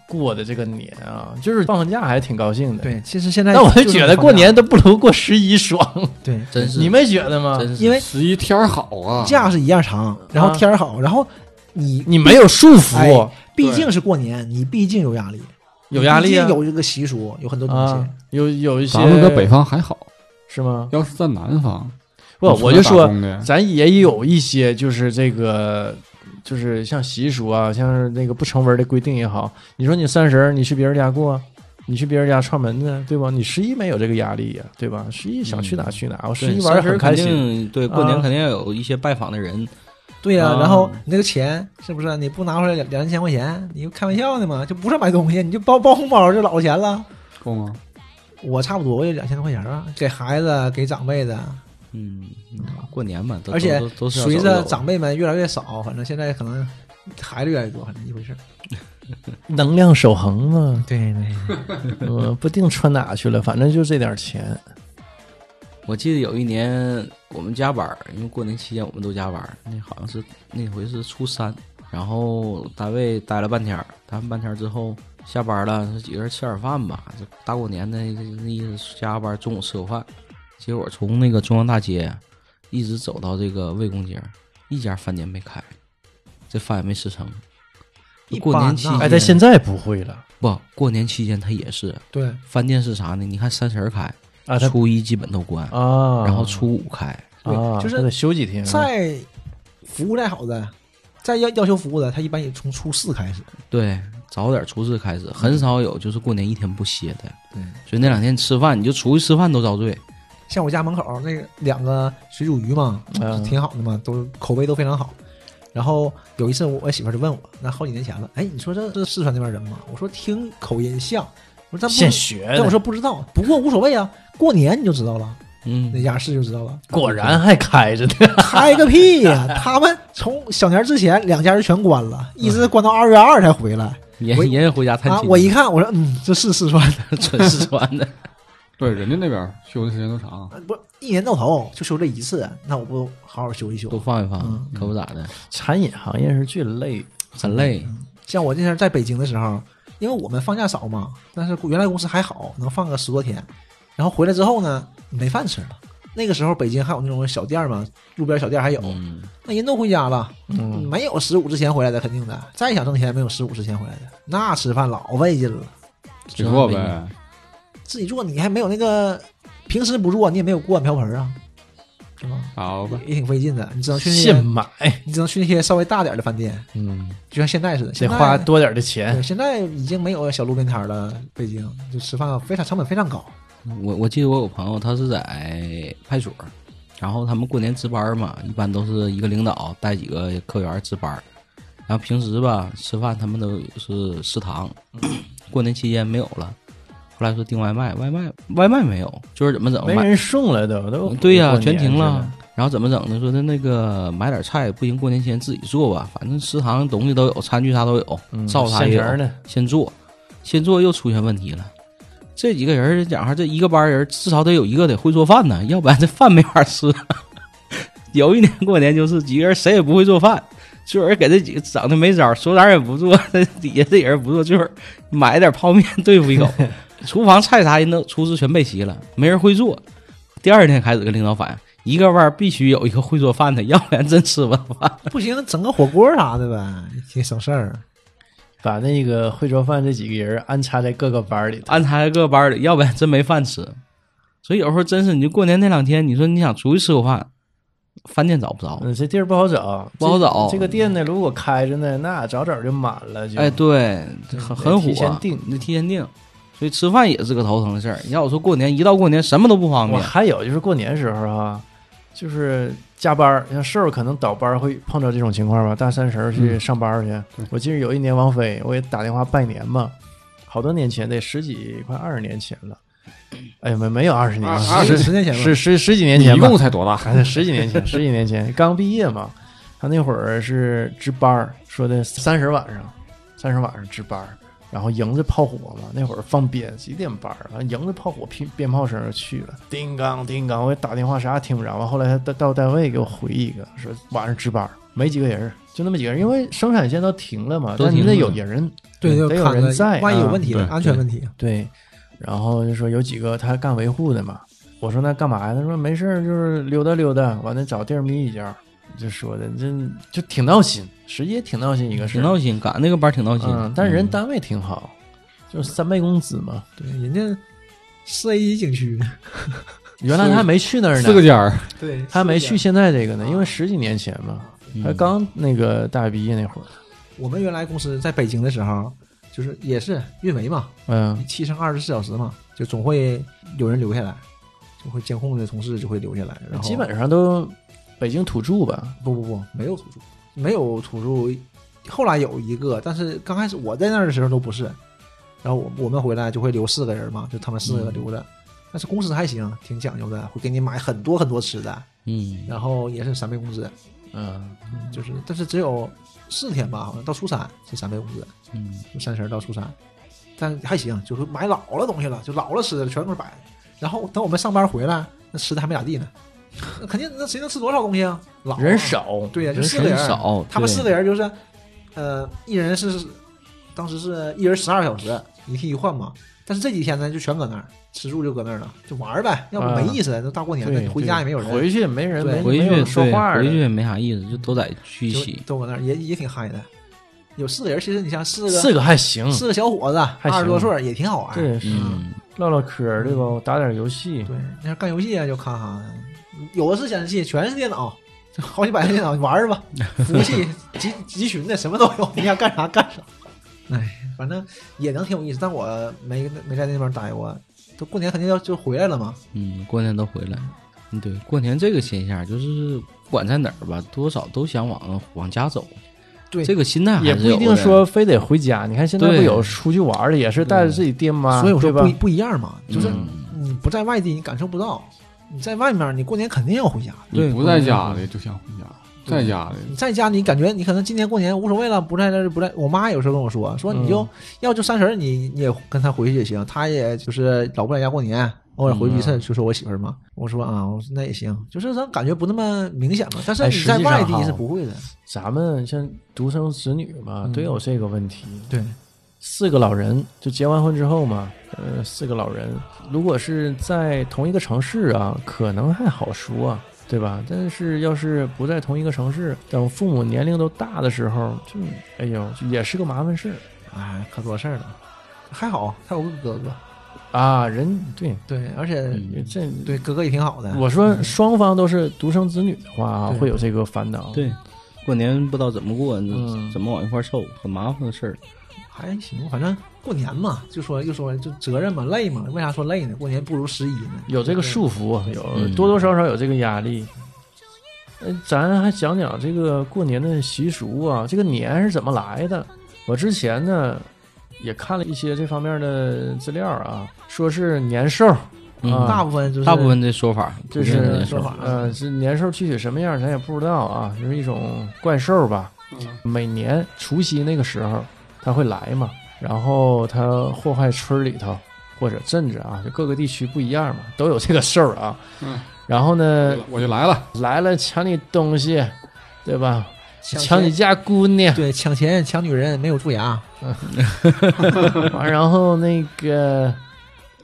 B: 过的这个年啊，就是放放假还挺高兴的。，
C: 对，其实现在
B: 但我
C: 就
B: 就是觉得
C: 放
B: 过
C: 假
B: 年都不如过十一爽，
C: 对，
E: 真是
B: 你没觉得吗？
E: 真是
C: 因为
D: 十一天儿好啊，
C: 假是一样长，然后
B: 啊
C: 天儿好，然后你
B: 你没有束缚，
C: 哎毕竟是过年，你毕竟有压力，
B: 有压力啊
C: 毕竟有这个习俗，有很多东西
B: 啊。，有有一些
D: 咱们搁北方还好，
B: 是吗？
D: 要是在南方，
B: 不，
D: 你
B: 我就
D: 打
B: 说
D: 工的
B: 咱也有一些就是这个，就是像习俗啊，像是那个不成文的规定也好。你说你三十儿你去别人家过，你去别人家串门呢，对吧？你十一没有这个压力呀、对吧？十一想
C: 嗯
B: 去哪去哪，我十一玩的很开心。。
E: 对，过年
B: 啊
E: 肯定要有一些拜访的人，
C: 对呀、
B: 啊
C: 然后你这个钱是不是你不拿回来两两三千块钱，你就开玩笑呢嘛？就不是买东西，你就包包红包就老钱了。
D: 够吗？
C: 我差不多，我也两千多块钱啊，给孩子，给长辈的，
E: 嗯，过年嘛，都
C: 而且
E: 都都是要
C: 随
E: 走
C: 着
E: 走
C: 长辈们越来越少，反正现在可能孩子越来越多，反正一回事儿。
B: 能量守恒嘛，
C: 对对，
B: 我不定穿哪去了，反正就这点钱。
E: 我记得有一年我们加班儿，因为过年期间我们都加班儿，那好像是那回是初三，然后单位待了半天儿，待完半天儿之后下班了，说几个人吃点饭吧，这大过年的那那意思加班儿中午吃个饭，结果从那个中央大街一直走到这个魏公街儿，一家饭店没开，这饭也没吃成。
C: 一
E: 过
C: 般
E: 年期
C: 呐
E: 间，
B: 哎，但现在不会了
E: 不过年期间他也是
C: 对，
E: 饭店是啥呢？你看三十儿开，
B: 啊，他
E: 初一基本都关，
B: 啊，
E: 然后初五开。
B: 啊，
C: 就是
B: 他得休几天啊。
C: 再服务再好的，再要要求服务的，他一般也从初四开始。
E: 对，早点出事开始，很少有就是过年一天不歇的。
C: 嗯对，
E: 所以那两天吃饭，你就出去吃饭都遭罪。
C: 像我家门口那个两个水煮鱼嘛，
B: 嗯
C: 挺好的嘛，都口碑都非常好。然后有一次我，我媳妇儿就问我，那好几年前了，哎，你说这这是四川那边人吗？我说听口音像，我说咱不
B: 现学
C: 但我
B: 的，
C: 说不知道，不过无所谓啊，过年你就知道了，哪
E: 嗯，
C: 家是就知道了。
B: 果然还开着呢。
C: 开个屁呀、他们从小年之前两家就全关了，一
B: 嗯
C: 直关到二月二才回来。
E: 人
C: 我
E: 人家回家探
C: 啊，
E: 亲，
C: 我 一看，我说嗯，这是四川的，
E: 纯四川 的，
D: 对，人家那边休的时间都长，
C: 呃不一年到头就休这一次，那我不好好休一休
E: 都？放一放，
C: 嗯
E: 可不咋的，
B: 餐饮行业是最累的，
E: 很累。
C: 像我那前在北京的时候，因为我们放假少嘛，但是原来公司还好，能放个十多天。然后回来之后呢，没饭吃了。那个时候北京还有那种小店嘛，路边小店还有，
E: 嗯，
C: 那人都回家了，
B: 嗯，
C: 没有十五之前回来的肯定的。再想挣钱，没有十五之前回来的，那吃饭老费劲了。
D: 得做呗。
C: 自己做你还没有那个，平时不做你也没有锅碗瓢盆啊，是吗？
D: 好吧，
C: 也挺费劲的，你只能去那
B: 现
C: 些，
B: 买，
C: 你只能去那些稍微大点的饭店，
B: 嗯，
C: 就像现在似的，
B: 得
C: 现在
B: 花多点的钱
C: 对，。现在已经没有小路边摊儿了，北京就吃饭非常成本 非常高。
E: 我我记得我有朋友，他是在派出所，然后他们过年值班嘛，一般都是一个领导带几个科员值班，然后平时吧吃饭他们都是食堂，
C: 嗯
E: 过年期间没有了，后来说订外卖，外卖外卖没有，就是怎么整
B: 没
E: 买
B: 人送了都，都
E: 嗯对呀、
B: 过
E: 全
B: 年
E: 停
B: 去
E: 了。。然后怎么整呢？说的那个买点菜，不行，过年前自己做吧。反正食堂东西都有，餐具啥都有，
B: 嗯
E: 灶啥
B: 现
E: 也有。
B: 成的，
E: 先做，先做又出现问题了。这几个人讲话，这一个班人至少得有一个得会做饭呢，要不然这饭没法吃。 有一年过年就是几个人谁也不会做饭，最后人给这几个整的没招儿，说啥也不做， 这底下这人不做，最后买点泡面对付一口。厨房菜啥人都厨师全备齐了，没人会做。第二天开始跟领导反映，一个班必须有一个会做饭的，要不然真吃不了饭。
C: 不行，整个火锅啥的呗，也省事儿。
B: 把那个会做饭这几个人安插在各个班里头。
E: 安排各个班里，要不然真没饭吃。所以有时候真是，你就过年那两天，你说你想出去吃口饭，饭店找不着。
B: 嗯，这地儿不好找，
E: 不好
B: 这
E: 找
B: 这个店呢，如果开着呢，那早早就满了。就
E: 哎，，对，很很火。
B: 提前订
E: 你得提前订。所以吃饭也是个头疼的事儿。要我说过年一到过年什么都不方
B: 我
E: 便，
B: 还有就是过年时候啊，就是加班儿，像瘦儿可能倒班儿会碰到这种情况吧。大三十儿
E: 嗯
B: 去上班儿去，
D: 对
B: 我记得有一年王菲，我也打电话拜年嘛，好多年前得十几快二十年前了。哎呀，没没有二十年
D: 二
B: 前，
D: 二
C: 十十年前吧，
B: 是十十几年
D: 你
B: 前
D: 一
B: 吧
D: 共，才多 大？
B: 还是十几年前，十几年前刚毕业嘛，他那会儿是值班儿，说的三十晚上，三十晚上值班儿，然后迎着炮火嘛，那会儿放鞭几点班儿啊，迎着炮火鞭鞭炮声就去了，叮当叮当，我打电话啥也听不着，完后来他到到单位给我回一个，说晚上值班儿没几个人儿，就那么几个人，因为生产线都停了嘛，
E: 都
B: 但你
E: 停
B: 得
E: 了
B: 有人，
C: 对，
B: 得
C: 就
B: 有
C: 看
B: 人
C: 着
B: 在，
C: 万一有
B: 啊
C: 问题了，
D: 对
C: 安全问题。
B: 对，然后就说有几个他干维护的嘛，我说那干嘛呀？他说没事儿，就是溜达溜达，完了找地儿眯一觉。就说的这就挺闹心，实际也挺闹心一个事
E: 挺
B: 儿，
E: 闹心。赶那个班挺闹心，
B: 嗯，但是人
E: 嗯
B: 单位挺好，就是三倍工资嘛。
C: 对，人家四 A 级景区，
B: 原来他还没去那儿呢，
D: 四个尖儿，
C: 对
B: 他没去。啊现在这个呢，因为十几年前嘛，他刚那个大学毕业那会儿，
C: 我们原来公司在北京的时候，就是也是运维嘛，
B: 嗯
C: 你七乘二十四小时嘛，就总会有人留下来，就会监控的同事就会留下来，然后
B: 基本上都北京土著吧，
C: 不不不，没有土著，没有土著。后来有一个，但是刚开始我在那儿的时候都不是。然后我我们回来就会留四个人嘛，就他们四个留着。但是公司还行，挺讲究的，会给你买很多很多吃的，
E: 嗯，
C: 然后也是三倍工资，
B: 嗯，
C: 就是但是只有四天吧，好像到初三是三倍工资，
E: 嗯，
C: 就三十儿到初三，但还行，就是买老了东西了，就老了吃的全都是摆。然后等我们上班回来，那吃的还没咋地呢，那肯定那谁能吃多少东西啊？老
B: 人
C: 啊
B: 少，
C: 对呀、就
E: 人
C: 四个人
E: 很少
C: 他们
E: 对
C: 四个人就是，呃，一人是当时是一人十二小时，一替一换嘛。但是这几天呢，就全搁那儿吃住，就搁那儿了，就玩儿呗，要不没意思。那、大过年
B: 对，
C: 的，回家也没有人，
B: 啊回去也没人，
C: 对
B: 没
E: 回
B: 没
E: 去
B: 有
E: 对
B: 说话的
E: 回去也没啥意思，就都在聚一
C: 就
E: 起。
C: 都搁那儿，也也挺嗨的。有四个人，其实你像四个
B: 四个还行，
C: 四个小伙子，
B: 行
C: 二十多岁儿也挺好玩。
B: 对，
E: 嗯，
B: 唠唠嗑儿对吧？打点游戏，
C: 对，那干游戏啊，就咔咔的，有的是显示器，全是电脑，好几百台电脑玩儿吧，服务器集集群的什么都有，你想干啥干啥。哎，反正也能挺有意思，但我没没在那边待过。都过年肯定要就回来了嘛，
E: 嗯，过年都回来。嗯，对，过年这个现象，就是不管在哪儿吧，多少都想往往家走。
C: 对
E: 这个心态还
B: 也
E: 是
B: 不一
E: 有
B: 定
E: 的
B: 说非得回家。你看现在
E: 对
B: 不有出去玩儿的，也是带着自己爹妈，
C: 所以我说
B: 对吧
C: 不一？不一样嘛，就是
E: 嗯
C: 你不在外地，你感受不到；你在外面，你过年肯定要回家。
E: 对
D: 你不在家的就想回家，在家的
C: 你在家，你感觉你可能今年过年无所谓了，不在这儿不在。我妈有时候跟我说，说你就、
B: 嗯
C: 要就三十儿你你也跟她回去也行，她也就是老不在家过年，偶尔回去一次，就说我媳妇儿嘛。我说啊，我说那也行，就是咱感觉不那么明显嘛。但是
B: 哎
C: 你
B: 实
C: 在
B: 际
C: 外
B: 上哈
C: 地是不会的，
B: 咱们像独生子女嘛，
C: 嗯
B: 都有这个问题。
C: 对，
B: 四个老人就结完婚之后嘛，呃，四个老人如果是在同一个城市啊，可能还好说，啊对吧？但是要是不在同一个城市，等父母年龄都大的时候，就哎呦，也是个麻烦事儿
C: 哎，可多事儿了。还好她有个哥哥，
B: 啊。人对，
C: 对，而且、
B: 这
C: 对哥哥也挺好
E: 啊
C: 的。
B: 嗯我说双方都是独生子女的话啊，
C: 对
B: 会有这个烦恼。，
E: 对，过年不知道怎么过，
B: 嗯
E: 怎么往一块儿凑，很麻烦的事儿。
C: 还行，反正过年嘛，就说就说就责任嘛，累嘛。为啥说累呢？过年不如十一呢。
B: 有这个束缚，有
E: 嗯
B: 多多少少有这个压力。呃，咱还讲讲这个过年的习俗啊，这个年是怎么来的？我之前呢也看了一些这方面的资料啊，说是年兽啊，
E: 嗯
C: 大部分就是
E: 大部分的说法，
B: 就
E: 普遍
B: 是
E: 的
C: 说法
B: 呃，是年兽具体什么样咱也不知道啊，就是一种怪兽吧。每年除夕那个时候，它会来嘛，然后它祸害村里头或者镇子啊，就各个地区不一样嘛，都有这个事儿啊。
D: 嗯，
B: 然后呢，
D: 我就来了，
B: 来了抢你东西，对吧？
C: 抢
B: 抢
C: 钱
B: 你家姑 娘，
C: 对，抢钱、抢女人，没有蛀牙，
B: 完啊然后那个，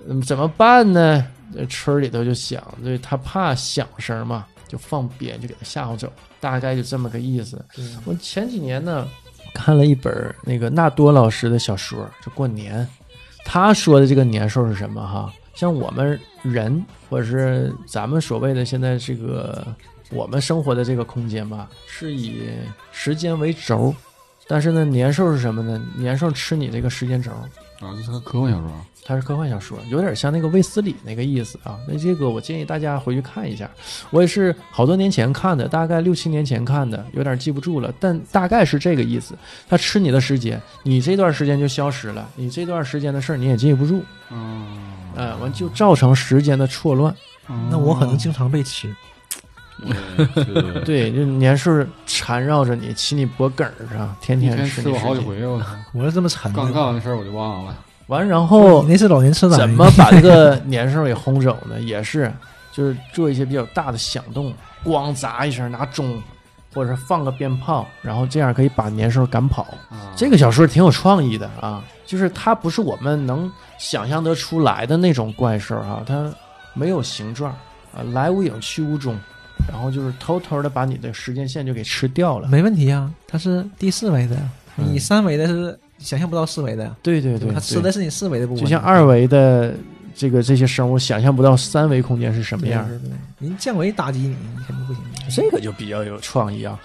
B: 嗯，怎么办呢？这村儿里头就想，对他怕响声嘛，就放鞭，就给他吓唬走，大概就这么个意思。我前几年呢，看了一本儿那个纳多老师的小说，就过年，他说的这个年兽是什么哈？像我们人，或者是咱们所谓的现在这个我们生活的这个空间吧，是以时间为轴，但是呢，年兽是什么呢？年兽吃你这个时间轴，
D: 啊，这是个科幻小说，
B: 它是科幻小说，有点像那个卫斯理那个意思啊。那这个我建议大家回去看一下，我也是好多年前看的，大概六七年前看的，有点记不住了，但大概是这个意思。它吃你的时间，你这段时间就消失了，你这段时间的事儿你也记不住，
D: 嗯，
B: 哎、完就造成时间的错乱。
C: 那我可能经常被吃。
D: 嗯 对，
B: 对，就年数缠绕着你，骑你脖梗儿上，天
D: 一
B: 天
D: 天
B: 吃
D: 吃
B: 你
D: 我
B: 时
D: 好几
B: 间。
D: 回，我操，
C: 我是这么馋
D: 刚干
C: 的。
D: 完的事儿我就忘了，
B: 完，然
C: 哦，
B: 后
C: 你那是老年痴呆。
B: 怎么把这个年兽给轰走呢？也是， 就是做一些比较大的响动，咣砸一声，拿钟或者是放个鞭炮，然后这样可以把年兽赶跑。
D: 啊，
B: 这个小说挺有创意的啊，就是它不是我们能想象得出来的那种怪兽哈、它没有形状啊，来无影去无踪，然后就是偷偷的把你的时间线就给吃掉了。
C: 没问题啊，它是第四维的，
B: 嗯
C: 你三维的是想象不到四维的呀，
B: 对对对，
C: 它吃的
B: 对
C: 是你四维的部分，
B: 就像二维的这个这些生物想象不到三维空间是什么样儿。
C: 对对对人降维打击你，你肯定不行。
B: 这个就比较有创意啊。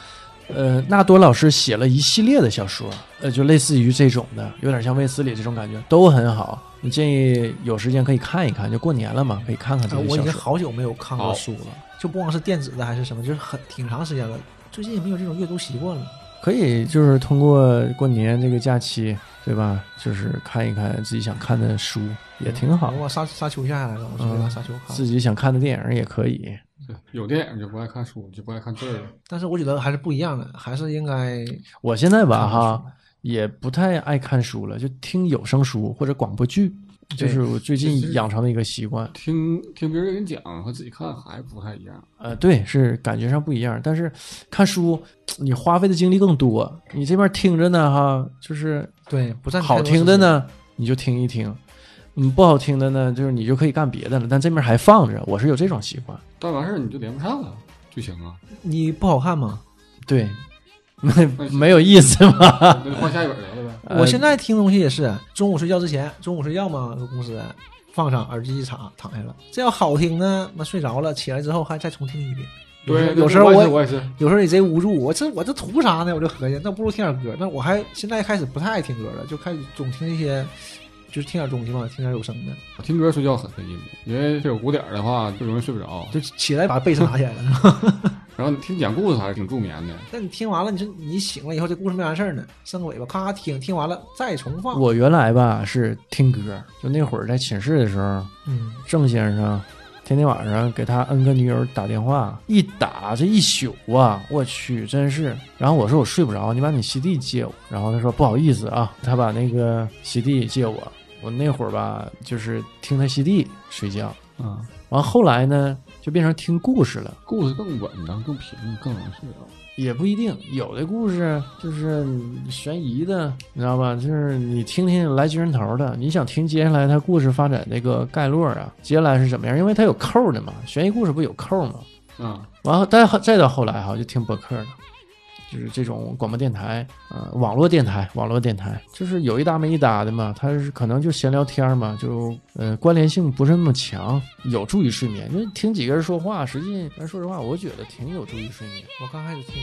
B: 呃，纳多老师写了一系列的小说，呃，就类似于这种的，有点像卫斯理这种感觉，都很好。你建议有时间可以看一看，就过年了嘛，可以看看这
C: 啊
B: 些
C: 我已
B: 小
C: 经
B: 说。
C: 好久没有看过
D: 好
C: 书了，就不光是电子的还是什么，就是很挺长时间了。最近也没有这种阅读习惯了。
B: 可以就是通过过年这个假期，对吧？就是看一看自己想看的书，也挺好。
C: 我沙沙丘下来了，我去
B: 嗯
C: 把沙丘看
B: 自
C: 了，
B: 己想看的电影也可以。
D: 对，有电影就不爱看书，就不爱看字儿了。
C: 但是我觉得还是不一样的，还是应该
B: 我现在吧，
C: 看看
B: 哈
C: 书，
B: 也不太爱看书了，就听有声书或者广播剧，这
C: 对
B: 是我最
D: 就
B: 近
D: 是
B: 养成的一个习惯。
D: 听听别人给你讲和自己看还不太一样。
B: 呃，对，是感觉上不一样，但是看书你花费的精力更多。你这边听着呢，哈，就是
C: 对不占太
B: 好
C: 多
B: 听
C: 时
B: 的
C: 间，
B: 呢，你就听一听；嗯，不好听的呢，就是你就可以干别的了。但这面还放着，我是有这种习惯。
D: 但完事儿你就连不上了，就行啊。
C: 你不好看吗？
B: 对，没没有意思嘛。
C: 啊
D: 那就换下一本聊 了呗。
B: 呃
C: 我现在听东西也是，中午睡觉之前，中午睡觉嘛，搁公司放上耳机一插，躺下了。这要好听呢，那睡着了，起来之后还再重听一遍。
D: 对，
C: 有时候
D: 我也
C: 我
D: 是我也是，
C: 有时候你贼无助，我这我这图啥呢？我就合计，那不如听点歌。那我还现在开始不太爱听歌了，就开始总听一些，就是听点东西嘛，听点有声的，
D: 我听歌睡觉很费劲的，因为这有鼓点儿的话就容易睡不着。
C: 就起来把被子拿起来 了。
D: 然后你听讲故事还是挺助眠的。
C: 但你听完了，你说你醒了以后，这故事没完事儿呢，伸个尾巴咔听，听完了再重放。
B: 呃我原来吧是听歌，就那会儿在寝室的时候，
C: 嗯，
B: 郑先生天天晚上给他 N 个女友打电话，一打这一宿啊，我去，真是。然后我说我睡不着，你把你 CD 借我。然后他说不好意思啊，他把那个 CD 借我。我那会儿吧，就是听他 CD 睡觉。
D: 嗯，
B: 完后来呢，就变成听故事了。
D: 故事更稳当、更平、更啊容易睡着。
B: 也不一定，有的故事就是悬疑的，你知道吧？就是你听听来精神头的，你想听接下来它故事发展这个概络啊，接下来是怎么样？因为它有扣的嘛，悬疑故事不有扣吗？
D: 啊、
B: 完后，再再到后来哈，就听播客了，就是这种广播电台，呃，网络电台，网络电台，就是有一搭没一搭的嘛，它是可能就闲聊天嘛，就呃关联性不是那么强，有助于睡眠。因为听几个人说话，实际说实话，我觉得挺有助于睡眠。
C: 我刚开始听。